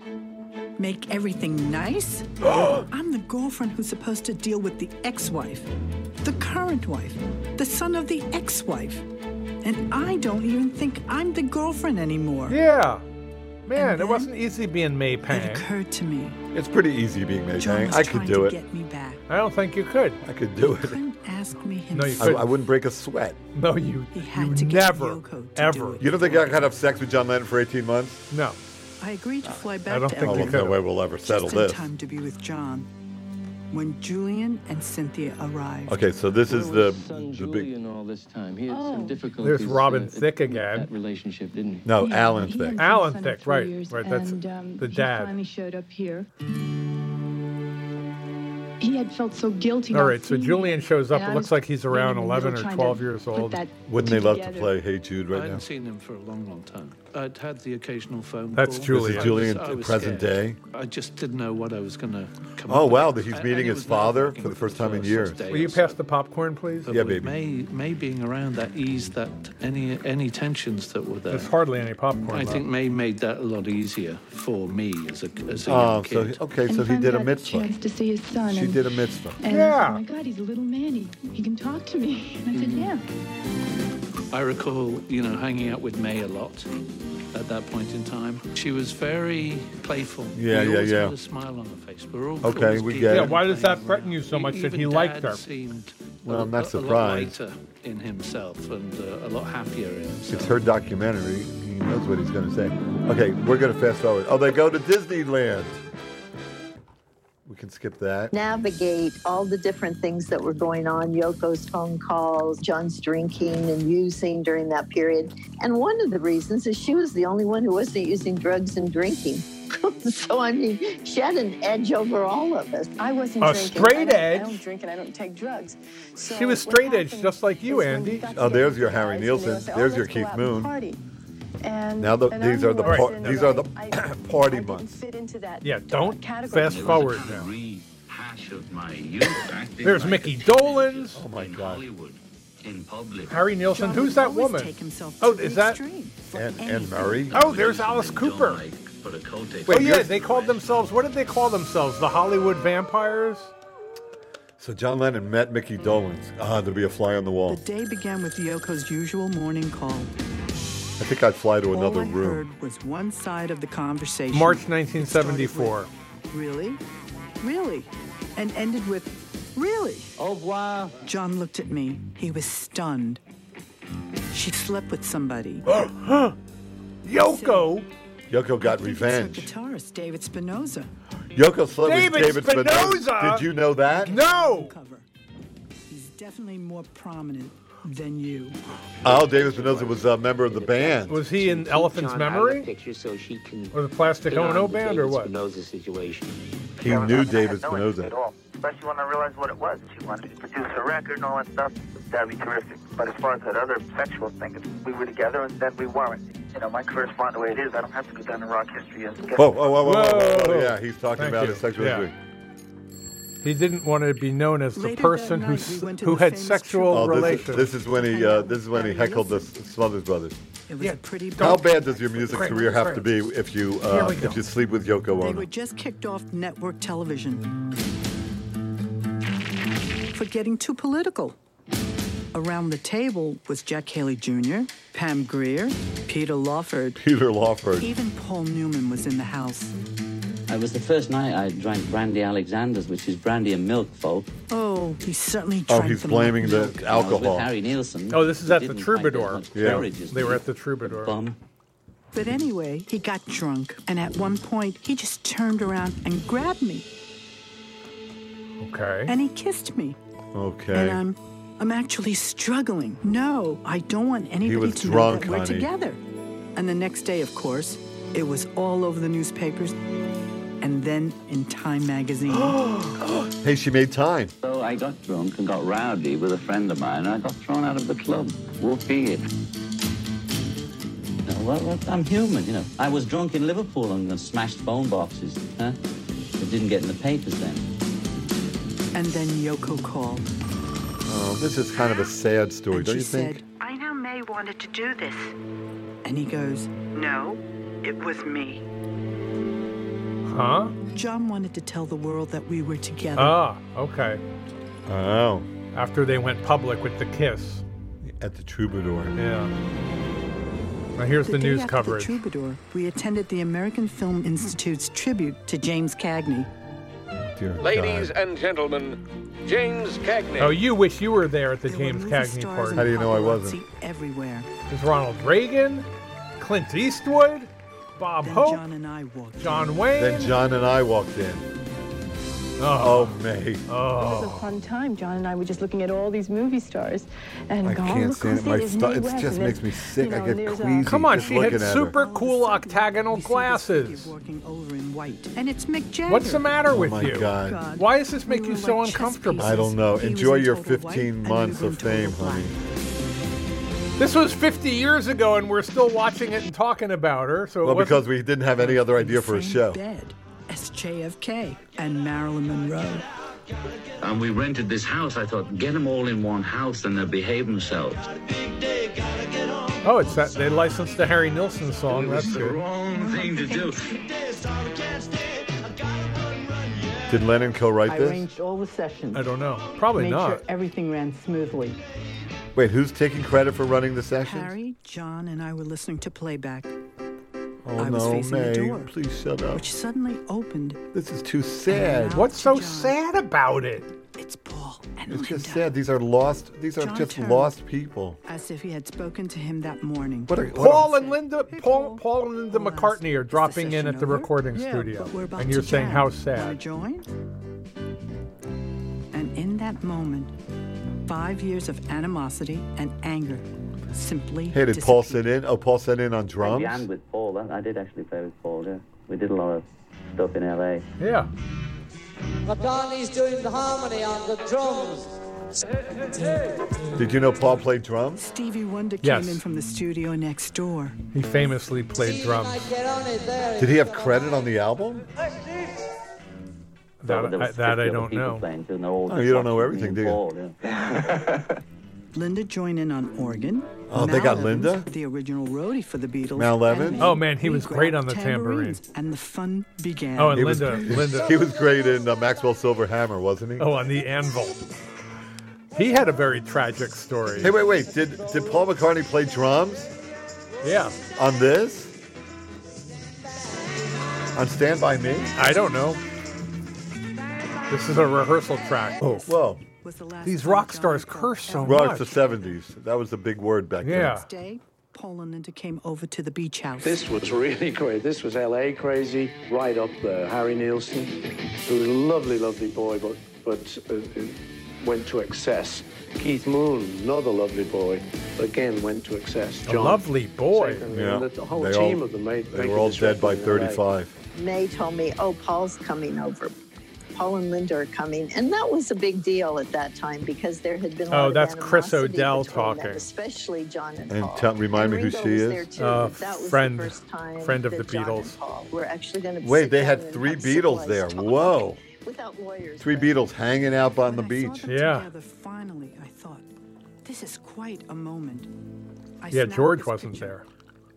[SPEAKER 5] Make everything nice? I'm the girlfriend who's supposed to deal with the ex-wife, the current wife, the son of the ex-wife, and I don't even think I'm the girlfriend anymore.
[SPEAKER 1] Yeah, man, it wasn't easy being May Pang.
[SPEAKER 5] Occurred to me.
[SPEAKER 2] It's pretty easy being May
[SPEAKER 5] John
[SPEAKER 2] Pang.
[SPEAKER 5] was
[SPEAKER 2] I could
[SPEAKER 5] trying
[SPEAKER 2] do
[SPEAKER 5] to
[SPEAKER 2] it.
[SPEAKER 5] Get me back.
[SPEAKER 1] I don't think you could.
[SPEAKER 2] I could do it.
[SPEAKER 5] Couldn't ask me
[SPEAKER 1] No, you
[SPEAKER 5] himself.
[SPEAKER 2] I, I wouldn't break a sweat.
[SPEAKER 1] No, you,
[SPEAKER 5] He
[SPEAKER 1] you
[SPEAKER 5] had to get
[SPEAKER 1] never, ever.
[SPEAKER 2] You don't think I could have sex with John Lennon for 18 months?
[SPEAKER 1] No.
[SPEAKER 5] I agreed to fly back
[SPEAKER 2] I don't
[SPEAKER 5] to
[SPEAKER 2] think
[SPEAKER 5] LA.
[SPEAKER 2] there's no way we'll ever settle
[SPEAKER 5] Just in
[SPEAKER 2] this.
[SPEAKER 5] time to be with John when Julian and Cynthia arrived.
[SPEAKER 2] Okay, so this is the
[SPEAKER 16] Son
[SPEAKER 2] the big
[SPEAKER 16] Julian all this time. He had
[SPEAKER 20] Oh.
[SPEAKER 16] some difficulties.
[SPEAKER 1] There's Robin
[SPEAKER 16] uh,
[SPEAKER 1] Thicke again.
[SPEAKER 16] That relationship, didn't he?
[SPEAKER 2] no
[SPEAKER 11] Yeah,
[SPEAKER 2] Oh, Alan
[SPEAKER 11] he
[SPEAKER 2] thing.
[SPEAKER 11] had
[SPEAKER 1] Alan
[SPEAKER 11] been silent
[SPEAKER 1] Thicke,
[SPEAKER 11] for
[SPEAKER 1] right,
[SPEAKER 11] years,
[SPEAKER 1] right, that's
[SPEAKER 11] and, um,
[SPEAKER 1] the
[SPEAKER 11] he
[SPEAKER 1] dad.
[SPEAKER 11] finally showed up here. He had felt so guilty.
[SPEAKER 1] All
[SPEAKER 11] not
[SPEAKER 1] right, so
[SPEAKER 11] seeing
[SPEAKER 1] Julian
[SPEAKER 11] me,
[SPEAKER 1] shows up.
[SPEAKER 11] and
[SPEAKER 1] It
[SPEAKER 11] I
[SPEAKER 1] looks
[SPEAKER 11] was
[SPEAKER 1] like he's
[SPEAKER 11] right in
[SPEAKER 1] around
[SPEAKER 11] the
[SPEAKER 1] 11
[SPEAKER 11] middle
[SPEAKER 1] or
[SPEAKER 11] trying
[SPEAKER 1] 12
[SPEAKER 11] to
[SPEAKER 1] years
[SPEAKER 11] put
[SPEAKER 1] old.
[SPEAKER 11] that
[SPEAKER 2] Wouldn't they love to
[SPEAKER 11] together.
[SPEAKER 2] play Hey Jude
[SPEAKER 6] I
[SPEAKER 2] right now?
[SPEAKER 6] hadn't seen him for a long, long time. I'd had the occasional phone
[SPEAKER 1] That's
[SPEAKER 6] call.
[SPEAKER 1] Julian.
[SPEAKER 6] I was-
[SPEAKER 2] Julian,
[SPEAKER 6] I was
[SPEAKER 2] present
[SPEAKER 6] scared.
[SPEAKER 2] day?
[SPEAKER 6] I just didn't know what I was going to come
[SPEAKER 2] Oh
[SPEAKER 6] up
[SPEAKER 2] wow,
[SPEAKER 6] with.
[SPEAKER 2] that he's
[SPEAKER 6] And-
[SPEAKER 2] meeting
[SPEAKER 6] and it
[SPEAKER 2] his
[SPEAKER 6] was nerve
[SPEAKER 2] father
[SPEAKER 6] wracking
[SPEAKER 2] for the first time in
[SPEAKER 6] first
[SPEAKER 2] years.
[SPEAKER 6] day
[SPEAKER 1] Will you
[SPEAKER 6] or so.
[SPEAKER 1] pass the popcorn, please?
[SPEAKER 6] But
[SPEAKER 2] Yeah,
[SPEAKER 6] with
[SPEAKER 2] baby.
[SPEAKER 6] May, May being around that eased that any any tensions that were there.
[SPEAKER 1] There's hardly any popcorn.
[SPEAKER 6] I
[SPEAKER 1] left.
[SPEAKER 6] think May made that a lot easier for me as a as a
[SPEAKER 2] Oh,
[SPEAKER 6] young
[SPEAKER 2] so
[SPEAKER 6] kid.
[SPEAKER 2] he- okay,
[SPEAKER 11] and
[SPEAKER 2] so he
[SPEAKER 11] finally
[SPEAKER 2] did a
[SPEAKER 11] got
[SPEAKER 2] mitzvah.
[SPEAKER 11] Chance to see his son.
[SPEAKER 2] She
[SPEAKER 11] and,
[SPEAKER 2] did a mitzvah.
[SPEAKER 11] And
[SPEAKER 1] Yeah.
[SPEAKER 11] Oh my God, he's a little man. He, he can talk to me. And I said, yeah.
[SPEAKER 6] I recall, you know, hanging out with May a lot at that point in time. She was very playful.
[SPEAKER 2] Yeah,
[SPEAKER 6] We
[SPEAKER 2] yeah,
[SPEAKER 6] always
[SPEAKER 2] yeah.
[SPEAKER 6] Had a smile on her face. We're all
[SPEAKER 2] Okay,
[SPEAKER 6] always
[SPEAKER 2] we
[SPEAKER 6] geeking
[SPEAKER 2] get it.
[SPEAKER 1] Yeah,
[SPEAKER 6] and
[SPEAKER 1] why does that
[SPEAKER 6] playing
[SPEAKER 1] threaten you
[SPEAKER 6] around.
[SPEAKER 1] so much that
[SPEAKER 6] Even
[SPEAKER 1] he liked
[SPEAKER 6] Dad
[SPEAKER 1] her?
[SPEAKER 6] Seemed
[SPEAKER 2] Well,
[SPEAKER 6] a,
[SPEAKER 2] I'm not
[SPEAKER 6] a,
[SPEAKER 2] surprised.
[SPEAKER 6] A lot lighter in himself and uh, a lot happier in himself.
[SPEAKER 2] It's her documentary. He knows what he's going to say. Okay, we're going to fast forward. Oh, they go to Disneyland. We can skip that.
[SPEAKER 22] navigate all the different things that were going on Yoko's phone calls, John's drinking and using during that period. And one of the reasons is she was the only one who wasn't using drugs and drinking. so, I mean, she had an edge over all of us.
[SPEAKER 23] I wasn't
[SPEAKER 1] A
[SPEAKER 23] drinking.
[SPEAKER 1] straight
[SPEAKER 23] I don't-
[SPEAKER 1] edge?
[SPEAKER 23] I don't drink and I don't take drugs. So
[SPEAKER 1] She was
[SPEAKER 23] what
[SPEAKER 1] straight edge,
[SPEAKER 23] happened
[SPEAKER 1] just like you,
[SPEAKER 23] is when we
[SPEAKER 1] Andy.
[SPEAKER 23] got
[SPEAKER 2] Oh, there's your
[SPEAKER 23] together,
[SPEAKER 2] Harry
[SPEAKER 23] and they would
[SPEAKER 2] Nilsson.
[SPEAKER 23] say,
[SPEAKER 2] There's
[SPEAKER 23] "Oh,
[SPEAKER 2] your
[SPEAKER 23] let's go
[SPEAKER 2] Keith
[SPEAKER 23] out and
[SPEAKER 2] Moon."
[SPEAKER 23] Party. And
[SPEAKER 2] Now the,
[SPEAKER 23] and I
[SPEAKER 2] these are the
[SPEAKER 23] realized
[SPEAKER 2] par-
[SPEAKER 23] that
[SPEAKER 2] these are the
[SPEAKER 23] I-
[SPEAKER 2] party
[SPEAKER 23] I didn't
[SPEAKER 2] months.
[SPEAKER 23] fit into that
[SPEAKER 1] Yeah, don't
[SPEAKER 23] category.
[SPEAKER 1] fast forward now.
[SPEAKER 10] rehash of my youth. acting
[SPEAKER 1] There's
[SPEAKER 10] like
[SPEAKER 1] Mickey
[SPEAKER 10] a
[SPEAKER 1] Dolans.
[SPEAKER 10] Oh my God. Hollywood, in public.
[SPEAKER 1] Harry Nielsen.
[SPEAKER 5] John
[SPEAKER 1] Who's
[SPEAKER 5] would
[SPEAKER 1] that
[SPEAKER 5] always
[SPEAKER 1] woman?
[SPEAKER 5] take himself
[SPEAKER 1] Oh,
[SPEAKER 5] to
[SPEAKER 1] is
[SPEAKER 5] the
[SPEAKER 1] that?
[SPEAKER 5] extreme for
[SPEAKER 2] And, and
[SPEAKER 5] anything.
[SPEAKER 2] Murray.
[SPEAKER 1] Oh, there's Alice Cooper.
[SPEAKER 10] For the cultic.
[SPEAKER 1] oh yeah, they called themselves. What did they call themselves? The Hollywood Vampires.
[SPEAKER 2] So John Lennon met Mickey Dolenz. Ah, there'd be a fly on the wall.
[SPEAKER 5] The day began with Yoko's usual morning call.
[SPEAKER 2] I think I'd fly to another
[SPEAKER 5] All I
[SPEAKER 2] room.
[SPEAKER 5] heard was one side of the conversation.
[SPEAKER 1] March
[SPEAKER 5] It started with,
[SPEAKER 1] 1974.
[SPEAKER 5] Really? Really? And ended with, really? Au revoir. John looked at me. He was stunned. She slept with somebody.
[SPEAKER 1] Yoko.
[SPEAKER 2] Yoko got revenge.
[SPEAKER 5] Guitarist David Spinoza.
[SPEAKER 2] Yoko slept with
[SPEAKER 5] David
[SPEAKER 2] David Spinoza.
[SPEAKER 5] Spinoza?
[SPEAKER 2] Did you know that?
[SPEAKER 1] No.
[SPEAKER 5] He's definitely more prominent than you.
[SPEAKER 2] Oh, David Spinoza was a member of the band.
[SPEAKER 1] Was he in Elephant's
[SPEAKER 2] John out of the
[SPEAKER 1] Memory?
[SPEAKER 20] picture so she can
[SPEAKER 1] Or the Plastic
[SPEAKER 20] get on
[SPEAKER 1] Ono
[SPEAKER 20] the
[SPEAKER 1] Band, or
[SPEAKER 20] David
[SPEAKER 1] what?
[SPEAKER 20] Spinoza situation.
[SPEAKER 2] He knew David Spinoza.
[SPEAKER 17] At all. Especially when I realized what it was. She wanted to produce a record and all that stuff. That'd be terrific. But as far as that other sexual thing, we were together and then we weren't. You know, my career's fine the way it is. I don't have to go down to rock history and get
[SPEAKER 2] Whoa, whoa, whoa, whoa, whoa, whoa, whoa.
[SPEAKER 1] Whoa.
[SPEAKER 2] Yeah, he's talking
[SPEAKER 1] Thank
[SPEAKER 2] about
[SPEAKER 1] you.
[SPEAKER 2] his sexual
[SPEAKER 1] Yeah.
[SPEAKER 2] history.
[SPEAKER 1] He didn't want to be known as the
[SPEAKER 5] Later that
[SPEAKER 1] person who,
[SPEAKER 5] night,
[SPEAKER 1] s-
[SPEAKER 5] we went to
[SPEAKER 1] who
[SPEAKER 5] the
[SPEAKER 1] had
[SPEAKER 5] famous
[SPEAKER 1] sexual
[SPEAKER 2] Oh, this is,
[SPEAKER 1] relations.
[SPEAKER 2] this is when he uh, this is when he heckled the S- Smothers Brothers.
[SPEAKER 5] It was a pretty
[SPEAKER 2] How bad does your music
[SPEAKER 5] Great,
[SPEAKER 2] career have to be
[SPEAKER 5] great.
[SPEAKER 2] if you
[SPEAKER 5] Here
[SPEAKER 2] uh,
[SPEAKER 5] we go.
[SPEAKER 2] if you sleep with Yoko
[SPEAKER 5] They
[SPEAKER 2] Ono?
[SPEAKER 5] were just kicked off network television for getting too political. Around the table was Jack Haley Jr., Pam Greer, Peter Lawford.
[SPEAKER 2] Peter Lawford.
[SPEAKER 5] Even Paul Newman was in the house.
[SPEAKER 10] It was the first night I drank Brandy Alexander's, which is brandy and milk, folk.
[SPEAKER 5] Oh, he certainly
[SPEAKER 10] Oh,
[SPEAKER 5] drank
[SPEAKER 10] he's
[SPEAKER 5] them
[SPEAKER 2] blaming
[SPEAKER 5] all.
[SPEAKER 2] the
[SPEAKER 10] And I was
[SPEAKER 2] alcohol.
[SPEAKER 10] with Harry Nielsen.
[SPEAKER 1] Oh, this is
[SPEAKER 10] who
[SPEAKER 1] at the
[SPEAKER 10] didn't quite get
[SPEAKER 1] Troubadour.
[SPEAKER 10] much
[SPEAKER 2] Yeah.
[SPEAKER 10] courage as
[SPEAKER 1] They were
[SPEAKER 10] me.
[SPEAKER 1] at the Troubadour.
[SPEAKER 10] Bum.
[SPEAKER 5] But anyway, he got drunk, and at one point, he just turned around and grabbed me,
[SPEAKER 1] Okay.
[SPEAKER 5] and he kissed me. And
[SPEAKER 2] Okay.
[SPEAKER 5] I'm, I'm actually struggling. No, I don't want anybody
[SPEAKER 2] was
[SPEAKER 5] to
[SPEAKER 2] drunk,
[SPEAKER 5] know that we're
[SPEAKER 2] honey.
[SPEAKER 5] together. And the next day, of course, it was all over the newspapers, and then in Time magazine.
[SPEAKER 2] Hey, she made time.
[SPEAKER 10] So I got drunk and got rowdy with a friend of mine, and I got thrown out of the club. Wolf be it. Now, well, well, I'm human, you know. I was drunk in Liverpool and uh, smashed phone boxes. Huh? It didn't get in the papers then.
[SPEAKER 5] and then Yoko called.
[SPEAKER 2] Oh, this is kind of a sad story,
[SPEAKER 5] And
[SPEAKER 2] don't
[SPEAKER 5] she
[SPEAKER 2] you think?
[SPEAKER 5] said,
[SPEAKER 21] I know May wanted to do this.
[SPEAKER 5] and he goes,
[SPEAKER 21] No, it was me.
[SPEAKER 1] Huh?
[SPEAKER 5] John wanted to tell the world that we were together.
[SPEAKER 1] Ah, okay.
[SPEAKER 2] Oh,
[SPEAKER 1] After they went public with the kiss.
[SPEAKER 2] at the Troubadour.
[SPEAKER 1] Yeah. Now here's the,
[SPEAKER 5] day
[SPEAKER 1] news
[SPEAKER 5] after the
[SPEAKER 1] coverage.
[SPEAKER 5] Troubadour, we attended the American Film Institute's tribute to James Cagney.
[SPEAKER 2] Dear
[SPEAKER 3] Ladies and gentlemen, James Cagney.
[SPEAKER 1] Oh, you wish you were there at the James
[SPEAKER 5] movie
[SPEAKER 1] Cagney
[SPEAKER 5] stars
[SPEAKER 1] party.
[SPEAKER 5] and How do you know I paparazzi.
[SPEAKER 1] wasn't?
[SPEAKER 5] Everywhere.
[SPEAKER 1] It was Ronald Reagan, Clint Eastwood, Bob Hope, John
[SPEAKER 5] and I walked.
[SPEAKER 1] John Wayne.
[SPEAKER 2] Then John and I walked in. Oh, May.
[SPEAKER 23] It
[SPEAKER 1] Oh.
[SPEAKER 23] was a fun time. John and I were just looking at all these movie stars and
[SPEAKER 2] I
[SPEAKER 23] go,
[SPEAKER 2] can't
[SPEAKER 23] oh, look who's
[SPEAKER 2] stand it. My
[SPEAKER 23] there. There's
[SPEAKER 2] stu-
[SPEAKER 23] Mae
[SPEAKER 2] it
[SPEAKER 23] West,
[SPEAKER 2] just
[SPEAKER 23] and
[SPEAKER 2] makes
[SPEAKER 23] there's,
[SPEAKER 2] me sick.
[SPEAKER 23] you
[SPEAKER 2] I
[SPEAKER 23] know,
[SPEAKER 2] get
[SPEAKER 23] there's, uh,
[SPEAKER 2] queasy
[SPEAKER 1] Come on,
[SPEAKER 2] just
[SPEAKER 1] she had
[SPEAKER 2] looking at her.
[SPEAKER 1] super cool octagonal glasses.
[SPEAKER 5] Walking over in white, and it's Mick Jagger.
[SPEAKER 1] What's the matter
[SPEAKER 2] Oh
[SPEAKER 1] with
[SPEAKER 2] my
[SPEAKER 1] you?
[SPEAKER 2] God.
[SPEAKER 1] Why does this make
[SPEAKER 5] We
[SPEAKER 1] you
[SPEAKER 5] were
[SPEAKER 1] so
[SPEAKER 5] like chess
[SPEAKER 1] uncomfortable?
[SPEAKER 2] I don't know. Enjoy your 15 months of fame, honey.
[SPEAKER 1] This was 50 years ago, and we're still watching it and talking about her. So
[SPEAKER 2] Well,
[SPEAKER 1] it wasn't-
[SPEAKER 2] because we didn't have any other idea for a show.
[SPEAKER 5] Bed as JFK and Marilyn Monroe.
[SPEAKER 10] And we rented this house. I thought, get them all in one house and they'll behave themselves.
[SPEAKER 1] Oh, it's that they licensed the Harry Nilsson
[SPEAKER 2] Oh,
[SPEAKER 1] song. That's
[SPEAKER 10] the
[SPEAKER 1] good.
[SPEAKER 10] wrong thing to do.
[SPEAKER 2] Did Lennon co-write
[SPEAKER 7] I
[SPEAKER 2] this?
[SPEAKER 7] arranged all the sessions.
[SPEAKER 1] I don't know. Probably
[SPEAKER 7] made
[SPEAKER 1] not.
[SPEAKER 7] Sure everything ran smoothly.
[SPEAKER 2] Wait, who's taking credit for running the session?
[SPEAKER 5] Harry, John, and I were listening to playback.
[SPEAKER 2] Oh
[SPEAKER 5] I was
[SPEAKER 2] no,
[SPEAKER 5] facing the
[SPEAKER 2] May.
[SPEAKER 5] door,
[SPEAKER 2] Please shut up.
[SPEAKER 5] which suddenly opened.
[SPEAKER 2] This is too sad.
[SPEAKER 1] What's so sad about it?
[SPEAKER 5] It's Paul and
[SPEAKER 2] It's just
[SPEAKER 5] Linda.
[SPEAKER 2] sad. These are lost. These are
[SPEAKER 5] John
[SPEAKER 2] just
[SPEAKER 5] Turner.
[SPEAKER 2] lost people.
[SPEAKER 5] As if he had spoken to him that morning.
[SPEAKER 2] What a- what a-
[SPEAKER 1] Paul and Linda, Paul, Paul and Linda McCartney are dropping in at the recording
[SPEAKER 5] Yeah,
[SPEAKER 1] studio,
[SPEAKER 5] but we're about
[SPEAKER 1] and you're
[SPEAKER 5] to
[SPEAKER 1] saying
[SPEAKER 5] jam.
[SPEAKER 1] how
[SPEAKER 5] Wanna
[SPEAKER 1] sad.
[SPEAKER 5] join? And in that moment, five years of animosity and anger simply.
[SPEAKER 2] Hey, did Paul sit in? Oh, Paul sat in on
[SPEAKER 10] I
[SPEAKER 2] drums.
[SPEAKER 10] jammed with Paul. I I did actually play with Paul, yeah. We did a lot of stuff in L.A.
[SPEAKER 1] Yeah.
[SPEAKER 9] McCartney's doing the harmony on the drums.
[SPEAKER 2] Did you know Paul played drums?
[SPEAKER 5] Stevie Wonder came
[SPEAKER 2] Yes.
[SPEAKER 5] in from the studio next door.
[SPEAKER 1] He famously played drums.
[SPEAKER 2] Did he have credit on the album?
[SPEAKER 1] That,
[SPEAKER 10] there
[SPEAKER 1] I,
[SPEAKER 10] was
[SPEAKER 1] that
[SPEAKER 10] 50
[SPEAKER 1] I
[SPEAKER 10] other
[SPEAKER 1] don't
[SPEAKER 10] people
[SPEAKER 1] know.
[SPEAKER 10] Playing, too, and they're all
[SPEAKER 2] Oh,
[SPEAKER 10] just
[SPEAKER 2] you don't know
[SPEAKER 10] watching me
[SPEAKER 2] everything,
[SPEAKER 10] and
[SPEAKER 2] do
[SPEAKER 10] Paul,
[SPEAKER 2] you?
[SPEAKER 10] yeah.
[SPEAKER 5] Linda joined in on organ.
[SPEAKER 2] Oh, they got
[SPEAKER 5] Mal
[SPEAKER 2] Linda?
[SPEAKER 5] Evans, the original roadie for the Beatles.
[SPEAKER 2] Mal Evans?
[SPEAKER 5] and me.
[SPEAKER 1] Oh, man, he
[SPEAKER 5] We
[SPEAKER 1] was great on
[SPEAKER 5] grabbed
[SPEAKER 1] the tambourines,
[SPEAKER 5] and the fun began.
[SPEAKER 1] Oh, and
[SPEAKER 2] He was-
[SPEAKER 1] Linda- Linda.
[SPEAKER 2] He was great in uh, Maxwell Silver Hammer, wasn't he?
[SPEAKER 1] Oh, on the anvil. He had a very tragic story.
[SPEAKER 2] Hey, wait, wait. Did did Paul McCartney play drums
[SPEAKER 1] Yeah.
[SPEAKER 2] on this? On Stand By Me?
[SPEAKER 1] I don't know. This is a rehearsal track.
[SPEAKER 2] Oh, whoa.
[SPEAKER 5] Was the last
[SPEAKER 1] These rock stars curse so
[SPEAKER 2] Well,
[SPEAKER 1] much.
[SPEAKER 2] it's the 70s. That was a big word back
[SPEAKER 1] Yeah.
[SPEAKER 5] Day, Poland and came over to the beach house.
[SPEAKER 24] This was really great. This was LA crazy, right up there. Harry Nielsen, who was a lovely, lovely boy, but but uh, uh, went to excess. Keith Moon, another lovely boy, again went to excess.
[SPEAKER 1] A
[SPEAKER 2] Oh.
[SPEAKER 1] lovely boy.
[SPEAKER 24] Second,
[SPEAKER 2] Yeah.
[SPEAKER 24] and The, the whole
[SPEAKER 2] They
[SPEAKER 24] team
[SPEAKER 2] all-
[SPEAKER 24] of them made.
[SPEAKER 2] They
[SPEAKER 24] making
[SPEAKER 2] were all
[SPEAKER 24] this
[SPEAKER 2] dead by
[SPEAKER 24] record in LA.
[SPEAKER 2] 35.
[SPEAKER 22] May told me, Oh, Paul's coming over. Paul and Linda are coming. And that was a big deal at that time because there had been a lot
[SPEAKER 1] Oh,
[SPEAKER 22] of
[SPEAKER 1] that's Chris
[SPEAKER 22] animosity
[SPEAKER 1] O'Dell
[SPEAKER 22] between them,
[SPEAKER 1] talking.
[SPEAKER 22] especially John and,
[SPEAKER 2] And
[SPEAKER 22] Paul.
[SPEAKER 2] tell, remind me
[SPEAKER 22] And
[SPEAKER 2] who
[SPEAKER 22] Ringo
[SPEAKER 2] she
[SPEAKER 22] was there,
[SPEAKER 2] is.
[SPEAKER 22] too,
[SPEAKER 1] Uh,
[SPEAKER 22] but that was the
[SPEAKER 1] friend-
[SPEAKER 22] first time
[SPEAKER 1] friend of
[SPEAKER 22] that
[SPEAKER 1] the
[SPEAKER 22] John and
[SPEAKER 1] Beatles.
[SPEAKER 22] Paul were actually going to
[SPEAKER 2] Wait, they had three Beatles there. Whoa.
[SPEAKER 22] Without lawyers.
[SPEAKER 2] Three Beatles hanging out on the beach.
[SPEAKER 1] Yeah.
[SPEAKER 5] Together, finally, I thought, this is quite a moment. I
[SPEAKER 1] Yeah,
[SPEAKER 5] snapped
[SPEAKER 1] George
[SPEAKER 5] this
[SPEAKER 1] wasn't
[SPEAKER 5] picture.
[SPEAKER 1] there.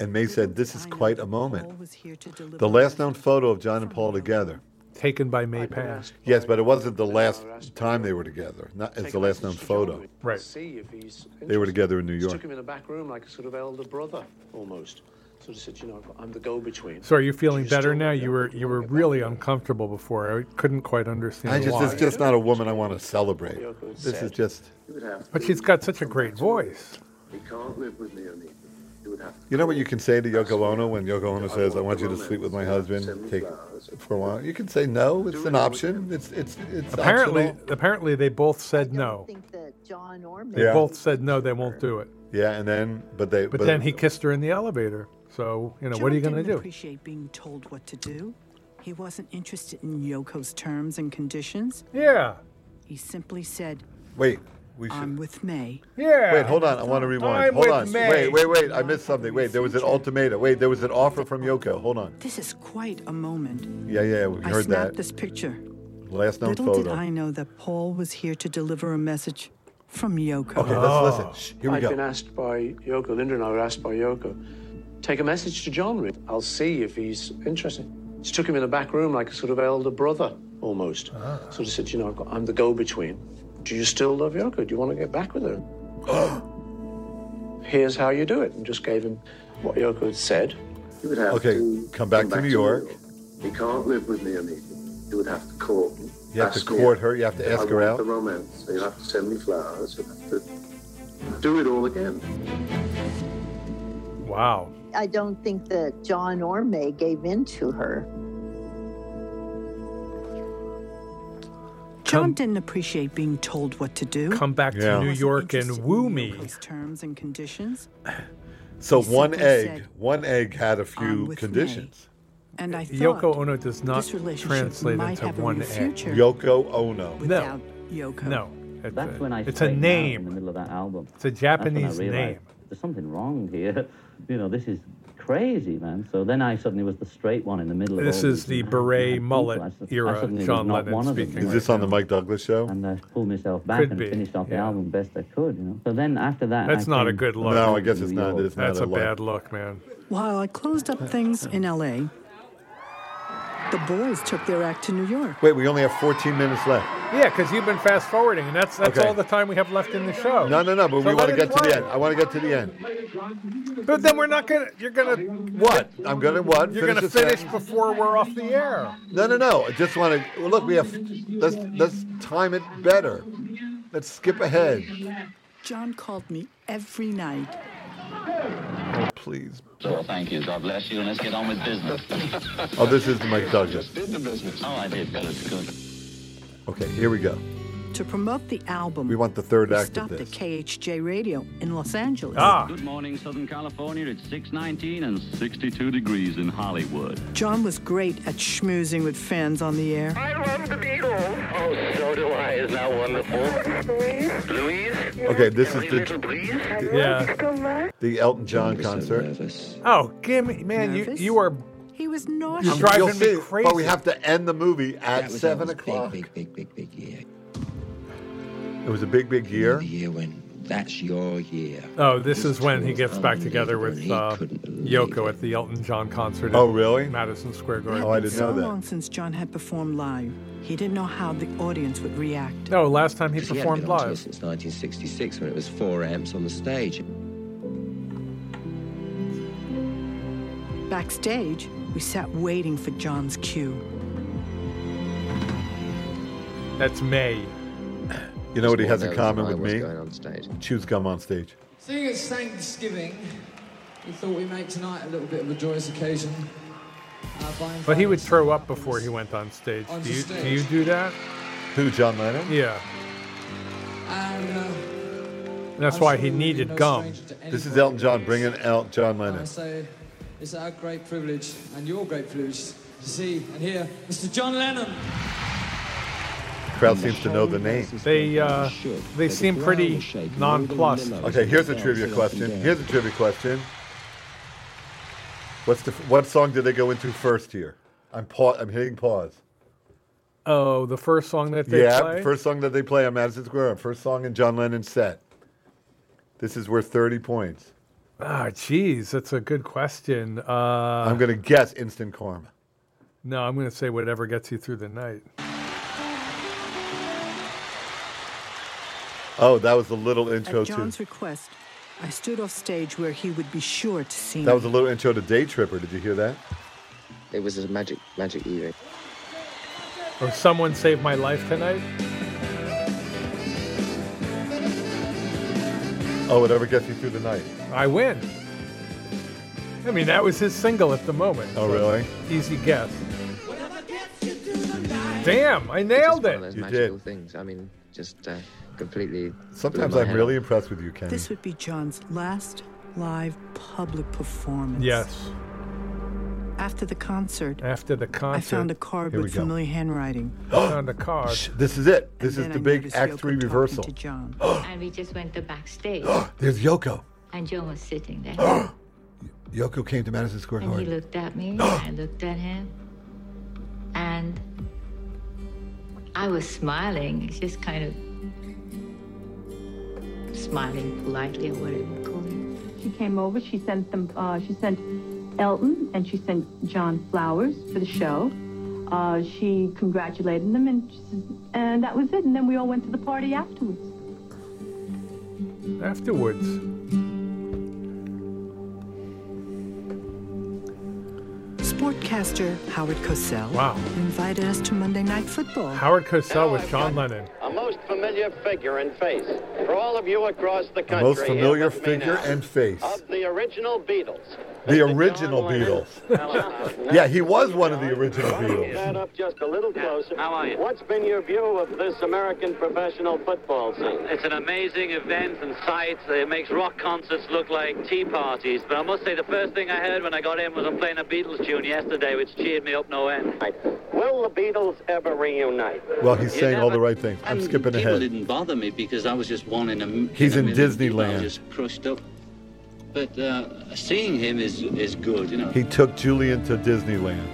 [SPEAKER 2] And May said, This is quite a moment.
[SPEAKER 5] was here to deliver
[SPEAKER 2] The last known photo of John and Paul together.
[SPEAKER 1] Taken by May Pass.
[SPEAKER 2] Yes, but it wasn't the last time they were together. Not, it's the last known photo.
[SPEAKER 1] Right.
[SPEAKER 24] See if he's
[SPEAKER 2] They were together in New
[SPEAKER 24] Just
[SPEAKER 2] York.
[SPEAKER 24] took him in a back room like a sort of elder brother almost. Sort of said, you know, I'm the go-between.
[SPEAKER 1] So are you feeling better now? You were you were really uncomfortable before. I couldn't quite understand
[SPEAKER 2] I just,
[SPEAKER 1] why.
[SPEAKER 2] it's just not a woman I want to celebrate. This is just,
[SPEAKER 1] but she's got such a great voice.
[SPEAKER 17] He can't live with me, Anita. He would have
[SPEAKER 2] you know what you can say to Yoko Ono when Yoko Ono says, I want you to sleep with my husband take for a while? You can say no, it's an option. It's, it's, it's
[SPEAKER 1] Apparently,
[SPEAKER 2] optional.
[SPEAKER 1] apparently they both said no. They
[SPEAKER 2] Yeah.
[SPEAKER 1] both said no. They won't do it.
[SPEAKER 2] Yeah, and then, but they,
[SPEAKER 1] But, then he kissed her in the elevator. So you know
[SPEAKER 5] John
[SPEAKER 1] what are you going to
[SPEAKER 5] didn't
[SPEAKER 1] do?
[SPEAKER 5] appreciate being told what to do. He wasn't interested in Yoko's terms and conditions.
[SPEAKER 1] Yeah.
[SPEAKER 5] He simply said,
[SPEAKER 2] wait, we
[SPEAKER 5] I'm
[SPEAKER 2] should.
[SPEAKER 5] with May.
[SPEAKER 1] Yeah.
[SPEAKER 2] Wait, hold on. I want to rewind.
[SPEAKER 1] I'm
[SPEAKER 2] Hold
[SPEAKER 1] with
[SPEAKER 2] on.
[SPEAKER 1] May.
[SPEAKER 2] Wait, wait, wait. I missed something. Wait, there was an ultimatum. Wait, there was an offer from Yoko. Hold on.
[SPEAKER 5] This is quite a moment.
[SPEAKER 2] Yeah, yeah, we
[SPEAKER 5] I
[SPEAKER 2] heard
[SPEAKER 5] snapped
[SPEAKER 2] that.
[SPEAKER 5] this picture.
[SPEAKER 2] Last known
[SPEAKER 5] Little did
[SPEAKER 2] photo.
[SPEAKER 5] I know that Paul was here to deliver a message from Yoko.
[SPEAKER 2] Okay,
[SPEAKER 1] Oh.
[SPEAKER 2] let's listen. Shh, here we
[SPEAKER 24] I've
[SPEAKER 2] go.
[SPEAKER 24] been asked by Yoko, Linda and I were asked by Yoko, take a message to John. Reed. I'll see if he's interested. She took him in a back room like a sort of elder brother almost.
[SPEAKER 2] Ah.
[SPEAKER 24] Sort of said, you know, I've got- I'm the go-between. Do you still love Yoko? Do you want to get back with her? Here's how you do it. And just gave him what Yoko had said.
[SPEAKER 17] He would have
[SPEAKER 2] Okay,
[SPEAKER 17] to
[SPEAKER 2] come back to New York.
[SPEAKER 17] He can't live with me, Anita. He would have to court me.
[SPEAKER 2] You have to
[SPEAKER 17] ask me
[SPEAKER 2] court
[SPEAKER 17] out.
[SPEAKER 2] her, you have to
[SPEAKER 17] I
[SPEAKER 2] ask her
[SPEAKER 17] want
[SPEAKER 2] out.
[SPEAKER 17] The romance. You'll have to send me flowers. You'll have to do it all again.
[SPEAKER 1] Wow.
[SPEAKER 22] I don't think that John or May gave in to her.
[SPEAKER 5] John didn't appreciate being told what to do.
[SPEAKER 1] Come back
[SPEAKER 2] Yeah.
[SPEAKER 1] to New
[SPEAKER 2] Wasn't
[SPEAKER 1] York and woo me.
[SPEAKER 5] Yoko's terms and conditions,
[SPEAKER 2] So
[SPEAKER 5] He
[SPEAKER 2] one
[SPEAKER 5] simply
[SPEAKER 2] egg,
[SPEAKER 5] said,
[SPEAKER 2] one egg had a
[SPEAKER 5] "I'm
[SPEAKER 2] few
[SPEAKER 5] with
[SPEAKER 2] conditions.
[SPEAKER 5] May. And I thought
[SPEAKER 1] Yoko Ono does not
[SPEAKER 5] this relationship
[SPEAKER 1] translate
[SPEAKER 5] might
[SPEAKER 1] into
[SPEAKER 5] have a
[SPEAKER 1] one
[SPEAKER 5] real
[SPEAKER 1] egg.
[SPEAKER 5] future
[SPEAKER 2] Yoko Ono.
[SPEAKER 5] without Yoko.
[SPEAKER 1] No. It's
[SPEAKER 10] That's
[SPEAKER 1] a,
[SPEAKER 10] when I
[SPEAKER 1] it's a
[SPEAKER 10] straightened out in the
[SPEAKER 1] name.
[SPEAKER 10] middle of that album.
[SPEAKER 1] It's a
[SPEAKER 10] That's when I
[SPEAKER 1] Japanese
[SPEAKER 10] realized,
[SPEAKER 1] name.
[SPEAKER 10] There's something wrong here. You know, this is crazy, man. So then I suddenly was the straight one in the middle. of
[SPEAKER 1] This
[SPEAKER 10] all these
[SPEAKER 1] is the
[SPEAKER 10] mad-
[SPEAKER 1] beret
[SPEAKER 10] mad people.
[SPEAKER 1] mullet
[SPEAKER 10] I su- I
[SPEAKER 1] era
[SPEAKER 10] suddenly was
[SPEAKER 1] John
[SPEAKER 10] not
[SPEAKER 1] Lennon
[SPEAKER 10] one of them.
[SPEAKER 1] speaking.
[SPEAKER 2] Is this on the Mike Douglas show?
[SPEAKER 10] And I pulled myself back
[SPEAKER 1] Could
[SPEAKER 10] and
[SPEAKER 1] be,
[SPEAKER 10] finished off the
[SPEAKER 1] yeah.
[SPEAKER 10] album best I could. You know. So then after that,
[SPEAKER 1] That's
[SPEAKER 10] I
[SPEAKER 1] not a
[SPEAKER 10] came-
[SPEAKER 1] good look.
[SPEAKER 2] No, I guess it's not. It's not
[SPEAKER 1] That's a
[SPEAKER 2] a lot.
[SPEAKER 1] bad look, man.
[SPEAKER 5] While I closed up things in LA, the boys took their act to New York.
[SPEAKER 2] Wait, we only have 14 minutes left.
[SPEAKER 1] Yeah, because you've been fast forwarding, and that's that's
[SPEAKER 2] Okay.
[SPEAKER 1] all the time we have left in the show.
[SPEAKER 2] No, no, no. But
[SPEAKER 1] So
[SPEAKER 2] we want to
[SPEAKER 1] let it
[SPEAKER 2] get to the
[SPEAKER 1] run.
[SPEAKER 2] end. I want to get to the end.
[SPEAKER 1] But then we're not gonna. You're gonna
[SPEAKER 2] What? I'm gonna what?
[SPEAKER 1] You're gonna
[SPEAKER 2] this
[SPEAKER 1] finish
[SPEAKER 2] sentence?
[SPEAKER 1] before we're off the air.
[SPEAKER 2] No, no, no. I just want to well, look. We have. Let's let's time it better. Let's skip ahead.
[SPEAKER 5] John called me every night.
[SPEAKER 2] Oh, please.
[SPEAKER 10] So thank you. God bless you, and let's get on with business.
[SPEAKER 2] Oh, this is the Mike Douglas.
[SPEAKER 10] oh, I did. Well, it's good.
[SPEAKER 2] Okay, here we go.
[SPEAKER 5] To promote the album,
[SPEAKER 2] We want the third
[SPEAKER 5] we
[SPEAKER 2] act of
[SPEAKER 5] stopped at
[SPEAKER 2] this.
[SPEAKER 5] KHJ Radio in Los Angeles.
[SPEAKER 1] Ah,
[SPEAKER 10] Good morning, Southern California. It's 619 and 62 degrees in Hollywood.
[SPEAKER 5] John was great at schmoozing with fans on the air.
[SPEAKER 25] I love the Beatles. Oh, so do I. Isn't that wonderful? Louise? Louise?
[SPEAKER 2] Okay, this is
[SPEAKER 25] Every little
[SPEAKER 2] the
[SPEAKER 25] breeze?
[SPEAKER 1] yeah.
[SPEAKER 2] the Elton John concert.
[SPEAKER 1] Oh, gimme, man,
[SPEAKER 5] Nervous?
[SPEAKER 1] you you are
[SPEAKER 5] He was naughty.
[SPEAKER 1] You're driving
[SPEAKER 2] You'll
[SPEAKER 1] me
[SPEAKER 2] see,
[SPEAKER 1] crazy.
[SPEAKER 2] But we have to end the movie at seven o'clock.
[SPEAKER 26] Big, big, big, big, big year.
[SPEAKER 2] It was a big, big year.
[SPEAKER 26] The year when that's your year.
[SPEAKER 1] Oh, this is when he gets back together with uh, Yoko at the Elton John concert.
[SPEAKER 2] Oh,
[SPEAKER 1] at
[SPEAKER 2] really?
[SPEAKER 1] Madison Square Garden.
[SPEAKER 2] Oh, I didn't
[SPEAKER 5] so
[SPEAKER 2] know that.
[SPEAKER 5] long since John had performed live, he didn't know how the audience would react.
[SPEAKER 1] No, last time he
[SPEAKER 26] Because hadn't
[SPEAKER 1] performed
[SPEAKER 26] been on tour
[SPEAKER 1] live.
[SPEAKER 26] Since 1966, when it was four amps on the stage.
[SPEAKER 5] Backstage, we sat waiting for John's cue.
[SPEAKER 1] That's May.
[SPEAKER 2] You know what he
[SPEAKER 26] More
[SPEAKER 2] has in
[SPEAKER 26] knows
[SPEAKER 2] common
[SPEAKER 26] than I
[SPEAKER 2] with
[SPEAKER 26] was
[SPEAKER 2] me?
[SPEAKER 26] Going on stage.
[SPEAKER 2] Chews gum on stage.
[SPEAKER 4] Seeing as Thanksgiving We thought we'd make tonight a little bit of a joyous occasion. Uh, by
[SPEAKER 1] But he would throw up before he went on stage.
[SPEAKER 4] On
[SPEAKER 1] Do you,
[SPEAKER 4] stage.
[SPEAKER 1] do you do that?
[SPEAKER 2] Who, John Lennon?
[SPEAKER 1] Yeah.
[SPEAKER 4] And uh,
[SPEAKER 1] And that's why he needed gum.
[SPEAKER 2] This is Elton John bringing out John
[SPEAKER 4] I
[SPEAKER 2] Lennon.
[SPEAKER 4] say it's our great privilege and your great privilege to see and hear Mr. John Lennon.
[SPEAKER 2] Crowd seems to know the name.
[SPEAKER 1] They uh, they seem pretty nonplussed.
[SPEAKER 2] Okay, here's a trivia question. Here's a trivia question. What's the what song did they go into first here? I'm pa- I'm hitting pause.
[SPEAKER 1] Oh, the first song that they
[SPEAKER 2] yeah,
[SPEAKER 1] play.
[SPEAKER 2] first song that they play on Madison Square Garden. First song in John Lennon's set. This is worth 30 points.
[SPEAKER 1] Ah, jeez, that's a good question. Uh, I'm
[SPEAKER 2] gonna guess instant karma.
[SPEAKER 1] No, I'm gonna say whatever gets you through the night.
[SPEAKER 2] Oh, that was the little intro
[SPEAKER 5] At
[SPEAKER 2] to
[SPEAKER 5] John's request, I stood off stage where he would be sure to see
[SPEAKER 2] that
[SPEAKER 5] me.
[SPEAKER 2] was a little intro to Day Tripper. Did you hear that?
[SPEAKER 20] It was a magic, magic evening.
[SPEAKER 1] Or Oh, someone saved my life tonight.
[SPEAKER 2] Oh, whatever gets you through the night.
[SPEAKER 1] I win. I mean, that was his single at the moment.
[SPEAKER 2] Oh, really?
[SPEAKER 1] Easy guess. Damn, I nailed
[SPEAKER 13] One of
[SPEAKER 1] it.
[SPEAKER 13] those magical things. I mean, just uh, completely.
[SPEAKER 2] Sometimes
[SPEAKER 13] blew my
[SPEAKER 2] I'm
[SPEAKER 13] head
[SPEAKER 2] really
[SPEAKER 13] off.
[SPEAKER 2] impressed with you, Ken.
[SPEAKER 5] This would be John's last live public performance.
[SPEAKER 1] Yes.
[SPEAKER 5] After the concert,
[SPEAKER 1] After the
[SPEAKER 5] I
[SPEAKER 1] concert,
[SPEAKER 5] found a card
[SPEAKER 1] Here we
[SPEAKER 5] with
[SPEAKER 1] go.
[SPEAKER 5] familiar handwriting.
[SPEAKER 1] I found a card.
[SPEAKER 2] This is it.
[SPEAKER 5] And
[SPEAKER 2] This is
[SPEAKER 5] then
[SPEAKER 2] the
[SPEAKER 5] I
[SPEAKER 2] big
[SPEAKER 5] noticed
[SPEAKER 2] Act
[SPEAKER 5] Yoko
[SPEAKER 2] Three
[SPEAKER 5] talking
[SPEAKER 2] reversal.
[SPEAKER 5] to John.
[SPEAKER 14] and we just went to backstage,
[SPEAKER 2] There's Yoko.
[SPEAKER 14] and John was sitting there.
[SPEAKER 2] Yoko came to Madison Square
[SPEAKER 14] and he
[SPEAKER 2] Garden.
[SPEAKER 14] looked at me, I looked at him, and I was smiling, just kind of smiling politely or whatever you call it.
[SPEAKER 23] She came over. She sent them. Uh, she sent Elton and she sent John flowers for the show. Uh, she congratulated them, and she says, and that was it. And then we all went to the party afterwards.
[SPEAKER 1] Afterwards.
[SPEAKER 5] Sportcaster Howard Cosell
[SPEAKER 1] Wow.
[SPEAKER 5] invited us to Monday Night Football.
[SPEAKER 1] Howard Cosell with
[SPEAKER 5] Oh,
[SPEAKER 1] John Lennon.
[SPEAKER 15] A most familiar figure and face for all of you across the
[SPEAKER 2] The
[SPEAKER 15] country.
[SPEAKER 2] most
[SPEAKER 15] here
[SPEAKER 2] familiar
[SPEAKER 15] with me
[SPEAKER 2] figure
[SPEAKER 15] now.
[SPEAKER 2] and face.
[SPEAKER 15] Of the original Beatles.
[SPEAKER 2] The original Beatles.
[SPEAKER 10] uh,
[SPEAKER 2] Yeah, he was one of the original
[SPEAKER 15] Bring that
[SPEAKER 2] Beatles.
[SPEAKER 15] up just a little closer. How are you? What's been your view of this American professional football scene?
[SPEAKER 27] It's an amazing event and sight. It makes rock concerts look like tea parties. But I must say, the first thing I heard when I got in was I'm playing a Beatles tune yesterday, which cheered me up no end.
[SPEAKER 15] Will the Beatles ever reunite?
[SPEAKER 2] Well, he's saying all the right things. I'm skipping
[SPEAKER 10] People
[SPEAKER 2] ahead.
[SPEAKER 10] didn't bother me because I was just one in a. m-
[SPEAKER 2] He's
[SPEAKER 10] a
[SPEAKER 2] in
[SPEAKER 10] million people. I
[SPEAKER 2] Disneyland.
[SPEAKER 10] was just crushed up. But uh, seeing him is is good, you know.
[SPEAKER 2] He took Julian to Disneyland.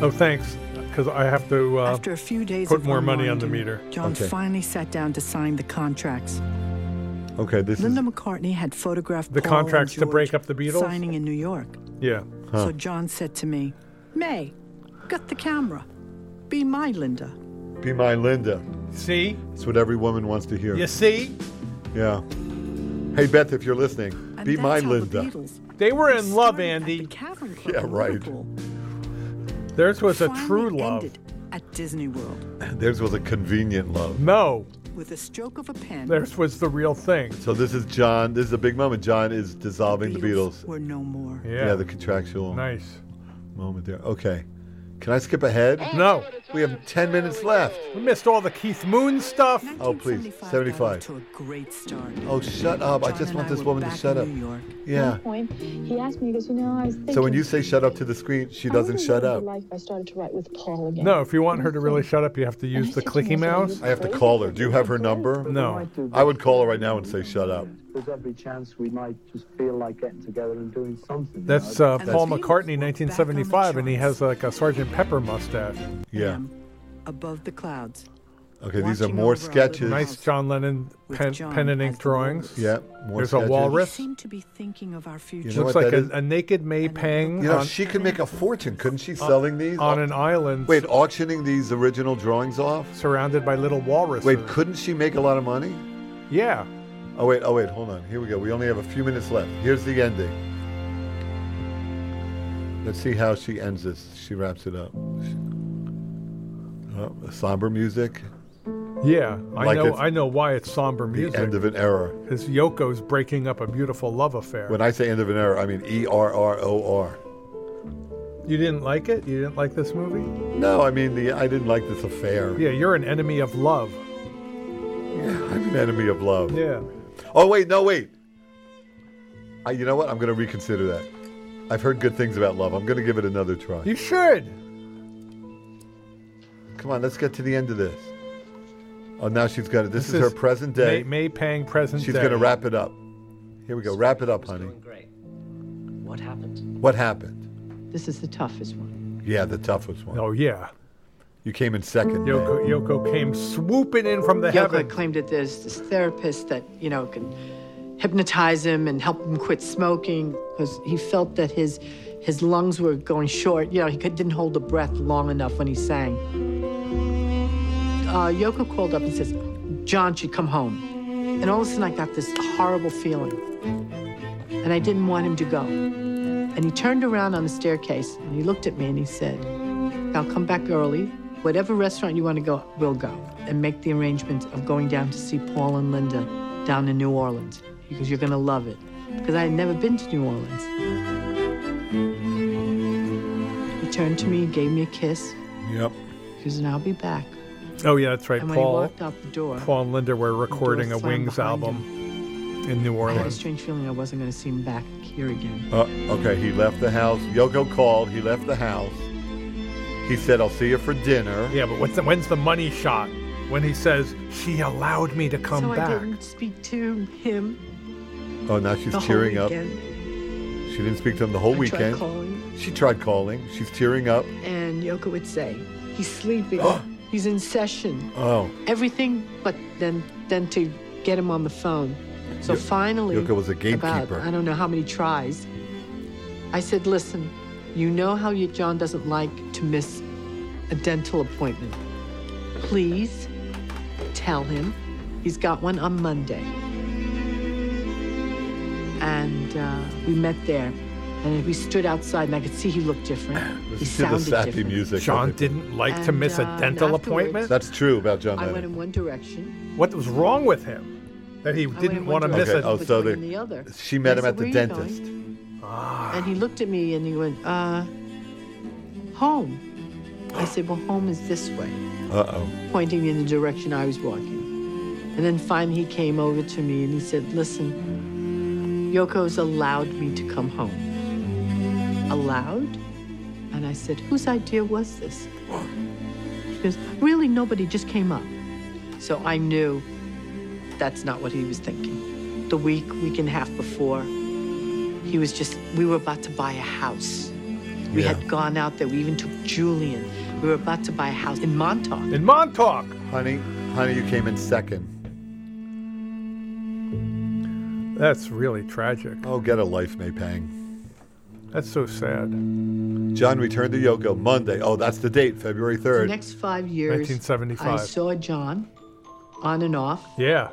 [SPEAKER 1] Oh, thanks, because I have to uh,
[SPEAKER 5] After a few days
[SPEAKER 1] put
[SPEAKER 5] of
[SPEAKER 1] more money on the meter.
[SPEAKER 5] unwinding, John finally sat down to sign the contracts.
[SPEAKER 2] Hmm. Okay, this
[SPEAKER 5] Linda McCartney had photographed
[SPEAKER 1] The
[SPEAKER 5] Paul and
[SPEAKER 1] contracts to
[SPEAKER 5] George
[SPEAKER 1] break up the Beatles?
[SPEAKER 5] signing in New York.
[SPEAKER 1] Yeah.
[SPEAKER 5] So John said to me, "May, got the camera. Be my Linda."
[SPEAKER 2] Be my Linda.
[SPEAKER 1] See?
[SPEAKER 2] It's what every woman wants to hear.
[SPEAKER 1] You see?
[SPEAKER 2] Yeah. Hey, Beth, if you're listening, be my Linda.
[SPEAKER 1] They were in love, Andy.
[SPEAKER 2] Yeah, right.
[SPEAKER 1] Theirs was a true love.
[SPEAKER 5] Ended at Disney World
[SPEAKER 2] Theirs was a convenient love.
[SPEAKER 1] No,
[SPEAKER 5] with a stroke of a pen.
[SPEAKER 1] theirs was the real thing.
[SPEAKER 2] So this is John. This is a big moment. John is dissolving the Beatles.
[SPEAKER 5] We're no more.
[SPEAKER 2] Yeah, the contractual
[SPEAKER 1] nice
[SPEAKER 2] moment there. Okay. Can I skip ahead?
[SPEAKER 1] No.
[SPEAKER 2] We have 10 minutes left.
[SPEAKER 1] We missed all the Keith Moon stuff.
[SPEAKER 2] Oh, please. 75.
[SPEAKER 5] To a great start.
[SPEAKER 2] Oh, shut up. I just want this woman to shut up.
[SPEAKER 18] At
[SPEAKER 2] Yeah.
[SPEAKER 18] one point, he asked me, he goes, you know, I was thinking.
[SPEAKER 2] So when you say shut up to the screen, she doesn't shut up.
[SPEAKER 18] Life, I started to write with Paul again.
[SPEAKER 1] No, if you want her to really shut up, you have to use the clicky mouse.
[SPEAKER 2] I have to call her. Do you have her number?
[SPEAKER 1] No.
[SPEAKER 2] I would call her right now and say shut up.
[SPEAKER 24] There's every chance we might just feel like getting together and doing something.
[SPEAKER 1] That's uh, Paul McCartney, 1975, and he has like a Sergeant Pepper mustache.
[SPEAKER 2] Yeah.
[SPEAKER 5] Above the clouds.
[SPEAKER 2] Okay, these are more sketches.
[SPEAKER 1] Nice John Lennon pen,
[SPEAKER 5] John
[SPEAKER 1] pen and ink drawings.
[SPEAKER 2] Yeah, more
[SPEAKER 1] There's a
[SPEAKER 2] sketches.
[SPEAKER 5] We
[SPEAKER 1] walrus.
[SPEAKER 5] seem to be thinking of our future.
[SPEAKER 2] You know
[SPEAKER 1] Looks
[SPEAKER 2] what
[SPEAKER 1] like
[SPEAKER 2] that
[SPEAKER 1] a,
[SPEAKER 2] is?
[SPEAKER 1] a naked May Pang.
[SPEAKER 2] You know,
[SPEAKER 1] on-
[SPEAKER 2] she could make a fortune, couldn't she, selling these?
[SPEAKER 1] on an island.
[SPEAKER 2] Wait, auctioning these original drawings off?
[SPEAKER 1] Surrounded by little walruses.
[SPEAKER 2] Wait, couldn't she make a lot of money?
[SPEAKER 1] Yeah.
[SPEAKER 2] Oh, wait, oh, wait, hold on. Here we go. We only have a few minutes left. Here's the ending. Let's see how she ends this. She wraps it up. Oh, somber music.
[SPEAKER 1] Yeah, I
[SPEAKER 2] Like
[SPEAKER 1] know.
[SPEAKER 2] it's
[SPEAKER 1] I know why it's somber music.
[SPEAKER 2] end of an era.
[SPEAKER 1] Because Yoko's breaking up a beautiful love affair.
[SPEAKER 2] When I say end of an era, I mean E R R O R.
[SPEAKER 1] you didn't like it. You didn't like this movie.
[SPEAKER 2] No, I mean the I didn't like this affair.
[SPEAKER 1] Yeah, you're an enemy of love.
[SPEAKER 2] I'm an enemy of love.
[SPEAKER 1] Yeah.
[SPEAKER 2] Oh wait, no wait. I, you know what? I'm going to reconsider that. I've heard good things about love. I'm going to give it another try.
[SPEAKER 1] You should.
[SPEAKER 2] Come on, let's get to the end of this. Oh, now she's got it. This, is, her present day.
[SPEAKER 1] May, May Pang present
[SPEAKER 2] she's
[SPEAKER 1] day.
[SPEAKER 2] going to wrap it up. Here we go. Wrap it up, honey.
[SPEAKER 28] What happened?
[SPEAKER 2] What happened?
[SPEAKER 28] This is the toughest one.
[SPEAKER 2] Yeah, the toughest one.
[SPEAKER 1] Oh yeah.
[SPEAKER 2] You came in second.
[SPEAKER 1] Yoko, Yoko came swooping in from the
[SPEAKER 5] Yoko
[SPEAKER 1] heavens.
[SPEAKER 5] claimed that there's this therapist that, you know, can hypnotize him and help him quit smoking because he felt that his his lungs were going short. You know, he could, didn't hold the breath long enough when he sang. Uh, Yoko called up and says, John should come home. And all of a sudden, I got this horrible feeling. And I didn't want him to go. And he turned around on the staircase and he looked at me and he said, I'll come back early. Whatever restaurant you want to go, we'll go. And make the arrangements of going down to see Paul and Linda down in New Orleans because you're going to love it. Because I had never been to New Orleans. He turned to me, gave me a kiss.
[SPEAKER 2] Yep.
[SPEAKER 5] He said, I'll be back.
[SPEAKER 1] Oh yeah, that's right.
[SPEAKER 5] And when he
[SPEAKER 1] Paul,
[SPEAKER 5] walked out the door,
[SPEAKER 1] Paul and Linda were recording a
[SPEAKER 5] slammed
[SPEAKER 1] Wings
[SPEAKER 5] behind
[SPEAKER 1] album in New
[SPEAKER 5] I had a
[SPEAKER 1] Orleans.
[SPEAKER 5] strange feeling I wasn't going to see him back here again.
[SPEAKER 2] Uh, okay, he left the house. Yoko called. He left the house. He said, "I'll see you for dinner."
[SPEAKER 1] Yeah, but what's the, when's the money shot? When he says she allowed me to come
[SPEAKER 5] so I
[SPEAKER 1] back.
[SPEAKER 5] didn't speak to him.
[SPEAKER 2] Oh, now she's
[SPEAKER 5] the whole
[SPEAKER 2] tearing up.
[SPEAKER 5] weekend.
[SPEAKER 2] She didn't speak to him the whole
[SPEAKER 5] I tried
[SPEAKER 2] weekend.
[SPEAKER 5] calling.
[SPEAKER 2] She tried calling. She's tearing up.
[SPEAKER 5] And Yoko would say, he's sleeping. he's in session.
[SPEAKER 2] Oh,
[SPEAKER 5] Everything but then then to get him on the phone. So
[SPEAKER 2] Yo-
[SPEAKER 5] finally
[SPEAKER 2] Yoko was a
[SPEAKER 5] about,
[SPEAKER 2] gatekeeper.
[SPEAKER 5] I don't know how many tries. I said, listen, you know how your John doesn't like to miss a dental appointment. Please tell him he's got one on Monday. And uh, we met there. And we stood outside, and I could see he looked different. he
[SPEAKER 2] listen to the
[SPEAKER 5] sounded
[SPEAKER 2] sappy
[SPEAKER 5] different.
[SPEAKER 2] music.
[SPEAKER 1] John didn't like to
[SPEAKER 5] And,
[SPEAKER 1] miss
[SPEAKER 5] uh,
[SPEAKER 1] a
[SPEAKER 5] and
[SPEAKER 1] dental
[SPEAKER 5] afterwards-
[SPEAKER 1] appointment.
[SPEAKER 2] That's true about John
[SPEAKER 5] I went
[SPEAKER 2] Lennon.
[SPEAKER 5] in one direction.
[SPEAKER 1] What was wrong with him that he
[SPEAKER 5] went
[SPEAKER 1] didn't
[SPEAKER 5] in
[SPEAKER 1] want to
[SPEAKER 5] one
[SPEAKER 1] miss
[SPEAKER 2] okay.
[SPEAKER 1] it?
[SPEAKER 2] Oh, so
[SPEAKER 5] between
[SPEAKER 2] the-
[SPEAKER 5] the other.
[SPEAKER 2] she met
[SPEAKER 5] I
[SPEAKER 2] him
[SPEAKER 5] said,
[SPEAKER 2] at the
[SPEAKER 5] "Where are you going?"
[SPEAKER 2] dentist.
[SPEAKER 1] Ah.
[SPEAKER 5] And he looked at me and he went, uh, home. I said, well, home is this way,
[SPEAKER 2] Uh oh.
[SPEAKER 5] pointing in the direction I was walking. And then finally he came over to me and he said, listen, Yoko's allowed me to come home. Allowed? And I said, whose idea was this? She goes, really, nobody just came up. So I knew that's not what he was thinking. The week, week and a half before, he was just, we were about to buy a house. We
[SPEAKER 2] Yeah.
[SPEAKER 5] had gone out there. We even took Julian. We were about to buy a house in Montauk.
[SPEAKER 1] In Montauk.
[SPEAKER 2] Honey, honey, you came in second.
[SPEAKER 1] That's really tragic.
[SPEAKER 2] Oh, get a life, Maypang.
[SPEAKER 1] That's so sad.
[SPEAKER 2] John returned to Yoko Monday. Oh, that's the date, February
[SPEAKER 5] The
[SPEAKER 2] 3rd.
[SPEAKER 5] next five years,
[SPEAKER 1] 1975.
[SPEAKER 5] I saw John on and off,
[SPEAKER 1] Yeah,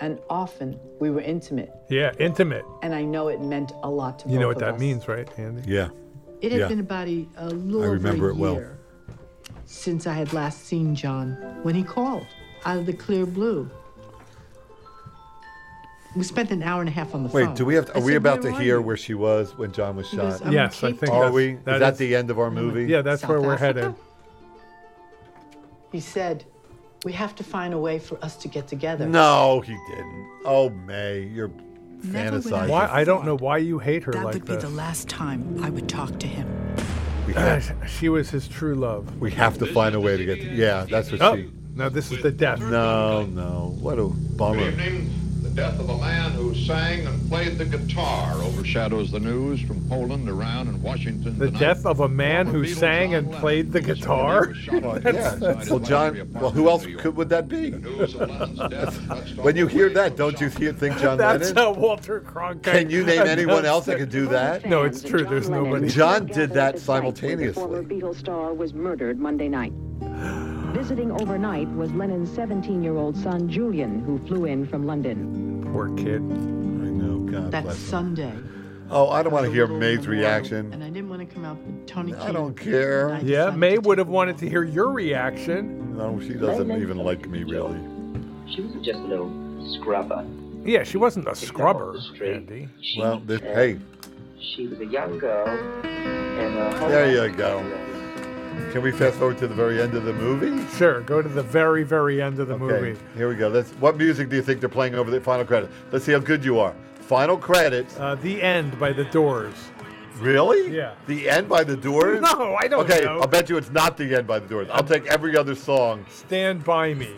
[SPEAKER 5] and often we were intimate.
[SPEAKER 1] yeah, intimate.
[SPEAKER 5] And I know it meant a lot to
[SPEAKER 1] You know
[SPEAKER 5] both
[SPEAKER 1] what
[SPEAKER 5] of
[SPEAKER 1] that
[SPEAKER 5] us.
[SPEAKER 1] means, right, Andy?
[SPEAKER 2] Yeah.
[SPEAKER 5] It had
[SPEAKER 2] Yeah.
[SPEAKER 5] been about a, a little
[SPEAKER 2] I remember
[SPEAKER 5] over a
[SPEAKER 2] it well.
[SPEAKER 5] year since I had last seen John when he called out of the clear blue. We spent an hour and a half on the phone.
[SPEAKER 2] Wait, do we have? To,
[SPEAKER 5] I
[SPEAKER 2] are we
[SPEAKER 5] said,
[SPEAKER 2] about
[SPEAKER 5] "Where
[SPEAKER 2] to
[SPEAKER 5] are
[SPEAKER 2] hear
[SPEAKER 5] you?"
[SPEAKER 2] where she was when John was
[SPEAKER 5] He goes, "Oh."
[SPEAKER 2] shot?
[SPEAKER 5] "I'm in
[SPEAKER 1] Yes, I
[SPEAKER 5] Cape
[SPEAKER 1] think
[SPEAKER 5] Town."
[SPEAKER 2] Are we? Is
[SPEAKER 1] That
[SPEAKER 2] that
[SPEAKER 1] is-
[SPEAKER 2] the end of our movie?
[SPEAKER 1] Yeah, that's
[SPEAKER 5] South
[SPEAKER 1] where we're
[SPEAKER 5] Africa?
[SPEAKER 1] headed.
[SPEAKER 5] He said, "We have to find a way for us to get together."
[SPEAKER 2] No, he didn't. Oh, May, you're
[SPEAKER 29] Never would I
[SPEAKER 2] fantasizing.
[SPEAKER 1] Why? I don't know why you hate her
[SPEAKER 29] That
[SPEAKER 1] like
[SPEAKER 29] would be
[SPEAKER 1] this.
[SPEAKER 29] the last time I would talk to him.
[SPEAKER 2] We have,
[SPEAKER 1] she was his true love.
[SPEAKER 2] we have to find a way to get. Yeah, that's what
[SPEAKER 1] Oh,
[SPEAKER 2] she.
[SPEAKER 1] no, this is the death.
[SPEAKER 2] No, no. What a bummer.
[SPEAKER 30] Good evening. The death of a man who sang and played the guitar overshadows the news from Poland around and Washington.
[SPEAKER 1] The
[SPEAKER 30] tonight.
[SPEAKER 1] death of a man who sang and played the guitar.
[SPEAKER 2] Yeah. Well, John. Well, who else could would that be? when you hear that, don't you hear, think John
[SPEAKER 1] That's
[SPEAKER 2] Lennon?
[SPEAKER 1] how Walter Cronkite.
[SPEAKER 2] Can you name anyone else that could do that?
[SPEAKER 1] No, it's true. There's nobody.
[SPEAKER 2] John did
[SPEAKER 17] gathered at
[SPEAKER 2] that
[SPEAKER 17] the site where the
[SPEAKER 2] simultaneously.
[SPEAKER 17] Former Beatles star was murdered Monday night. Visiting overnight was Lennon's 17-year-old son Julian, who flew in from London.
[SPEAKER 1] Poor kid.
[SPEAKER 2] I know. God
[SPEAKER 5] That
[SPEAKER 2] bless. him.
[SPEAKER 5] Sunday,
[SPEAKER 2] Oh, I don't want
[SPEAKER 5] was
[SPEAKER 2] to
[SPEAKER 5] a
[SPEAKER 2] hear
[SPEAKER 5] little
[SPEAKER 2] May's
[SPEAKER 5] memorial,
[SPEAKER 2] reaction.
[SPEAKER 5] and I didn't want to come out. But Tony,
[SPEAKER 2] I
[SPEAKER 5] came
[SPEAKER 2] don't care.
[SPEAKER 5] and I
[SPEAKER 1] Yeah,
[SPEAKER 5] decided
[SPEAKER 1] May
[SPEAKER 5] to
[SPEAKER 1] would have wanted to hear your reaction.
[SPEAKER 2] No, she doesn't even like me, really.
[SPEAKER 7] She was just a little scrubber.
[SPEAKER 1] Yeah, she wasn't a scrubber, Andy.
[SPEAKER 2] Well, this, hey,
[SPEAKER 7] She was a young girl. And uh,
[SPEAKER 2] there you go. Can we fast forward to the very end of the movie?
[SPEAKER 1] Sure, go to the very, very end of the
[SPEAKER 2] Okay,
[SPEAKER 1] movie.
[SPEAKER 2] here we go. Let's. What music do you think they're playing over the final credits? Let's see how good you are. Final credits.
[SPEAKER 1] Uh, the End by The Doors.
[SPEAKER 2] Really?
[SPEAKER 1] Yeah.
[SPEAKER 2] The End by the Doors?
[SPEAKER 1] No, I don't
[SPEAKER 2] okay,
[SPEAKER 1] know.
[SPEAKER 2] I'll bet you it's not The End by the Doors. I'll take every other song.
[SPEAKER 1] Stand By Me.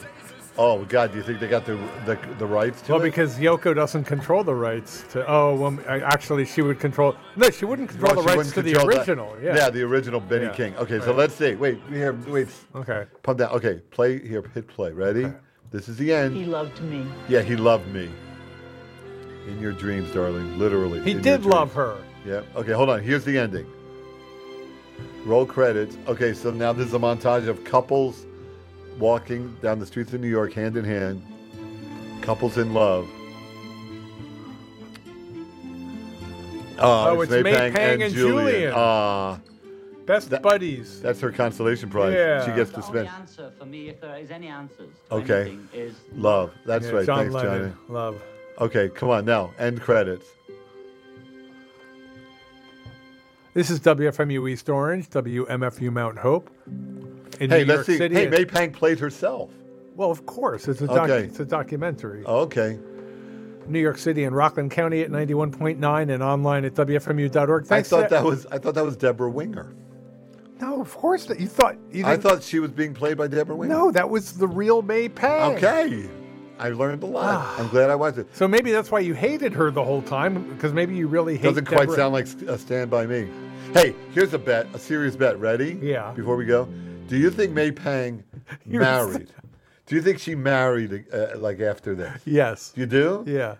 [SPEAKER 2] Oh, God, do you think they got the, the, the rights to
[SPEAKER 1] Well,
[SPEAKER 2] it?
[SPEAKER 1] because Yoko doesn't control the rights to. Oh, well, I- actually, she would control. No, she wouldn't control the
[SPEAKER 2] Well, she
[SPEAKER 1] rights
[SPEAKER 2] wouldn't
[SPEAKER 1] to the
[SPEAKER 2] control that.
[SPEAKER 1] original. Yeah.
[SPEAKER 2] the original Benny
[SPEAKER 1] Yeah.
[SPEAKER 2] King. Okay, so
[SPEAKER 1] Right.
[SPEAKER 2] let's see. Wait, we have wait.
[SPEAKER 1] Okay.
[SPEAKER 2] Pump down. Okay, play here. Hit play. Ready? This is the end.
[SPEAKER 6] He loved me.
[SPEAKER 2] yeah, he loved me. In your dreams, darling. Literally.
[SPEAKER 1] He
[SPEAKER 2] in your
[SPEAKER 1] did love
[SPEAKER 2] dreams.
[SPEAKER 1] her.
[SPEAKER 2] Yeah. Okay, hold on. Here's the ending. Roll credits. Okay, so now this is a montage of couples walking down the streets of New York hand in hand. Couples in love.
[SPEAKER 1] Oh, it's May Pang and Julian.
[SPEAKER 2] Ah.
[SPEAKER 1] Best buddies.
[SPEAKER 2] That's her consolation prize.
[SPEAKER 1] Yeah.
[SPEAKER 2] She gets to
[SPEAKER 10] The
[SPEAKER 2] spend.
[SPEAKER 10] only answer for me, if there is any answers, to
[SPEAKER 2] Okay.
[SPEAKER 10] anything, is
[SPEAKER 2] Love. That's
[SPEAKER 1] Yeah,
[SPEAKER 2] right.
[SPEAKER 1] John
[SPEAKER 2] Thanks,
[SPEAKER 1] Lennon.
[SPEAKER 2] Johnny.
[SPEAKER 1] Love.
[SPEAKER 2] Okay, come on now. End credits.
[SPEAKER 1] This is WFMU East Orange, WMFU Mount Hope. In
[SPEAKER 2] hey,
[SPEAKER 1] New York
[SPEAKER 2] let's see.
[SPEAKER 1] City.
[SPEAKER 2] Hey,
[SPEAKER 1] and-
[SPEAKER 2] May Pang played herself.
[SPEAKER 1] Well, of course, it's a docu-
[SPEAKER 2] Okay. Oh.
[SPEAKER 1] it's a documentary.
[SPEAKER 2] Okay.
[SPEAKER 1] New York City and Rockland County at 91.9 and online at WFMU.org. Thanks uh,
[SPEAKER 2] I thought
[SPEAKER 1] to-
[SPEAKER 2] that was I thought that was Deborah Winger.
[SPEAKER 1] No, of course that. You thought. You
[SPEAKER 2] I
[SPEAKER 1] didn't-
[SPEAKER 2] thought she was being played by Deborah Winger.
[SPEAKER 1] No, that was the real May Pang.
[SPEAKER 2] Okay. I learned a
[SPEAKER 1] Ah.
[SPEAKER 2] lot. I'm glad I watched it.
[SPEAKER 1] So maybe that's why you hated her the whole time, because maybe you really hate
[SPEAKER 2] Doesn't quite
[SPEAKER 1] Deborah.
[SPEAKER 2] sound like st- a Stand By Me. Hey, here's a bet, a serious bet. Ready?
[SPEAKER 1] Yeah.
[SPEAKER 2] Before we go, do you think May Pang
[SPEAKER 1] You're so-
[SPEAKER 2] married? Do you think she married uh, like after this?
[SPEAKER 1] Yes.
[SPEAKER 2] You do?
[SPEAKER 1] Yeah.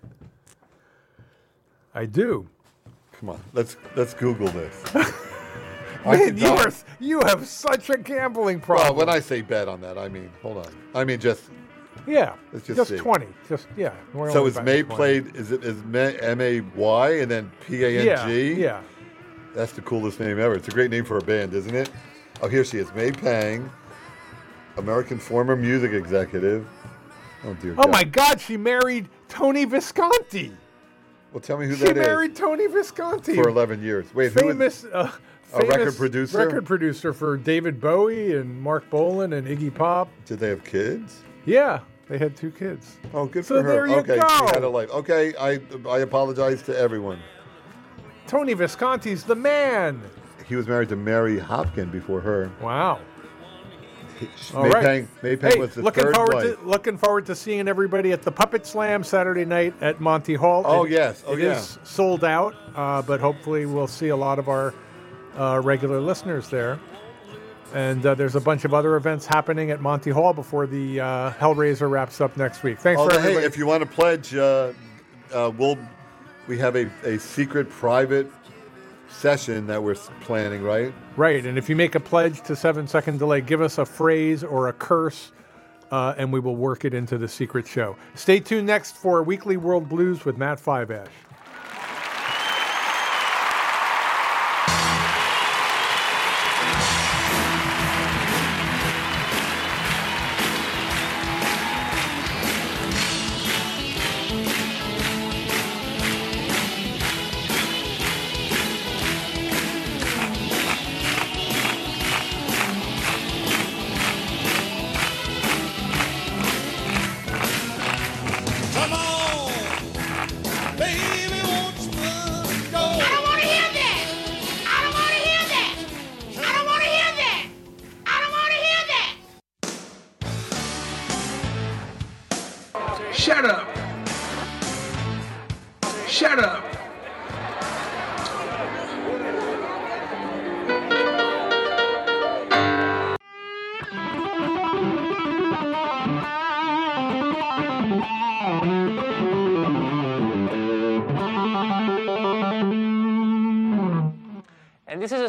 [SPEAKER 1] I do.
[SPEAKER 2] Come on, let's let's Google this. I
[SPEAKER 1] Man,
[SPEAKER 2] could
[SPEAKER 1] you,
[SPEAKER 2] not-
[SPEAKER 1] are, you have such a gambling
[SPEAKER 2] Well,
[SPEAKER 1] problem.
[SPEAKER 2] when I say bet on that, I mean hold on. I mean just
[SPEAKER 1] yeah,
[SPEAKER 2] Let's just see.
[SPEAKER 1] 20. Just, yeah. we're
[SPEAKER 2] so
[SPEAKER 1] only
[SPEAKER 2] it's
[SPEAKER 1] back
[SPEAKER 2] May
[SPEAKER 1] to 20.
[SPEAKER 2] played. Is it is M A Y and then P A N G?
[SPEAKER 1] Yeah, yeah.
[SPEAKER 2] That's the coolest name ever. It's a great name for a band, isn't it? Oh, here she is, May Pang, American former music executive. Oh dear.
[SPEAKER 1] Oh,
[SPEAKER 2] God.
[SPEAKER 1] my God, she married Tony Visconti.
[SPEAKER 2] Well, tell me who
[SPEAKER 1] She
[SPEAKER 2] that is.
[SPEAKER 1] married Tony Visconti.
[SPEAKER 2] for eleven years. Wait, who is
[SPEAKER 1] famous, uh,
[SPEAKER 2] A record
[SPEAKER 1] famous
[SPEAKER 2] producer?
[SPEAKER 1] Record producer for David Bowie and Mark Bolan and Iggy Pop.
[SPEAKER 2] Did they have kids?
[SPEAKER 1] Yeah, they had two kids.
[SPEAKER 2] Oh, good
[SPEAKER 1] So
[SPEAKER 2] for her.
[SPEAKER 1] there you
[SPEAKER 2] okay, she
[SPEAKER 1] go.
[SPEAKER 2] had a life. Okay, I I apologize to everyone.
[SPEAKER 1] Tony Visconti's the man.
[SPEAKER 2] He was married to Mary Hopkin before her.
[SPEAKER 1] Wow. All
[SPEAKER 2] May
[SPEAKER 1] right.
[SPEAKER 2] Pang, May Pang
[SPEAKER 1] Hey,
[SPEAKER 2] was the
[SPEAKER 1] looking
[SPEAKER 2] third
[SPEAKER 1] forward
[SPEAKER 2] wife.
[SPEAKER 1] to looking forward to seeing everybody at the Puppet Slam Saturday night at Monty Hall.
[SPEAKER 2] Oh,
[SPEAKER 1] It-
[SPEAKER 2] yes. Oh,
[SPEAKER 1] it
[SPEAKER 2] yeah.
[SPEAKER 1] is sold out, uh, but hopefully we'll see a lot of our uh, regular listeners there. And uh, there's a bunch of other events happening at Monty Hall before the uh, Hellraiser wraps up next week. Thanks for
[SPEAKER 2] Although,
[SPEAKER 1] everybody.
[SPEAKER 2] Oh, hey, if you want to pledge, uh, uh, we'll we have a, a secret private session that we're s- planning, right?
[SPEAKER 1] Right, and if you make a pledge to Seven Second Delay, give us a phrase or a curse, uh, and we will work it into the secret show. Stay tuned next for Weekly World Blues with Matt Fiveash.
[SPEAKER 16] Come on, baby, won't you go? I don't want to hear that. I don't want to hear that. I don't want to hear that. I don't want to hear that.
[SPEAKER 17] Shut up. Shut up.
[SPEAKER 19] And this is a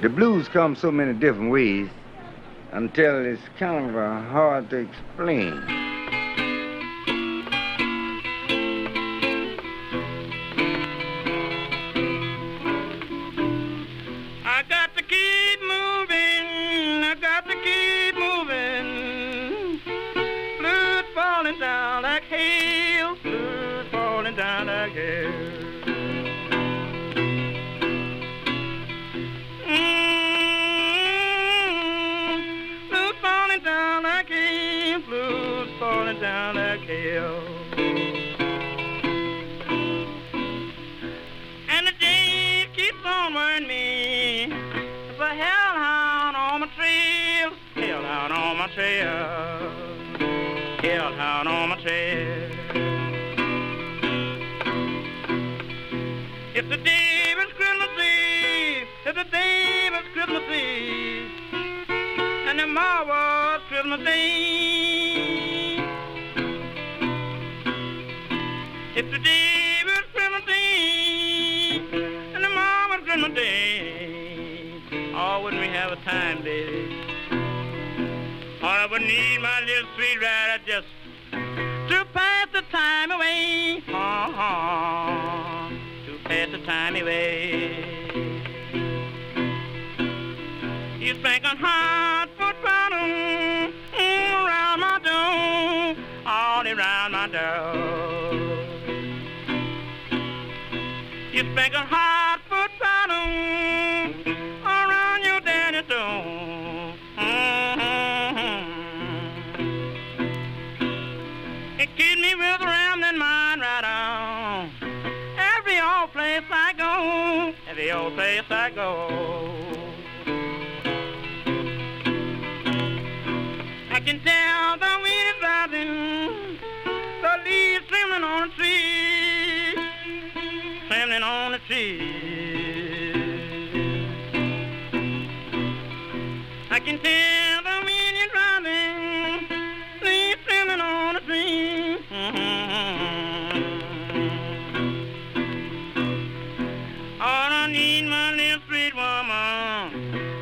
[SPEAKER 3] The blues come so many different ways until it's kind of uh, hard to explain.
[SPEAKER 16] I got to keep moving. I got to keep moving. Blood falling down like hail. Blood falling down like hail. Mm, blood falling down like hail. Blood falling down like hail. And the day keeps on worrying me. It's a hellhound on my trail. Hellhound on my trail. Hellhound on my trail. If the day was Christmas Eve, if the day was Christmas Eve, and tomorrow was Christmas Day. If the day was Christmas Day, and tomorrow was Christmas Day, oh, wouldn't we have a time, baby? Oh, I wouldn't need my little sweet ride, I just to pass the time away. Oh, to pass the time away. You think I'm hard for bottom mm, around my door, all around my door. You think I'm hard for bottom around your daddy's door. Mhm. It keeps me with a rambling mind right on. Every old place I go, every old place I go. I can tell the wind is rising, the leaves trembling on the tree, trembling on the tree. I can tell the wind is rising, leaves trembling on the tree. All I need my little sweet woman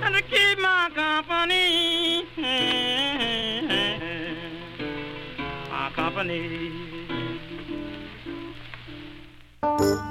[SPEAKER 16] and to keep my company. My company.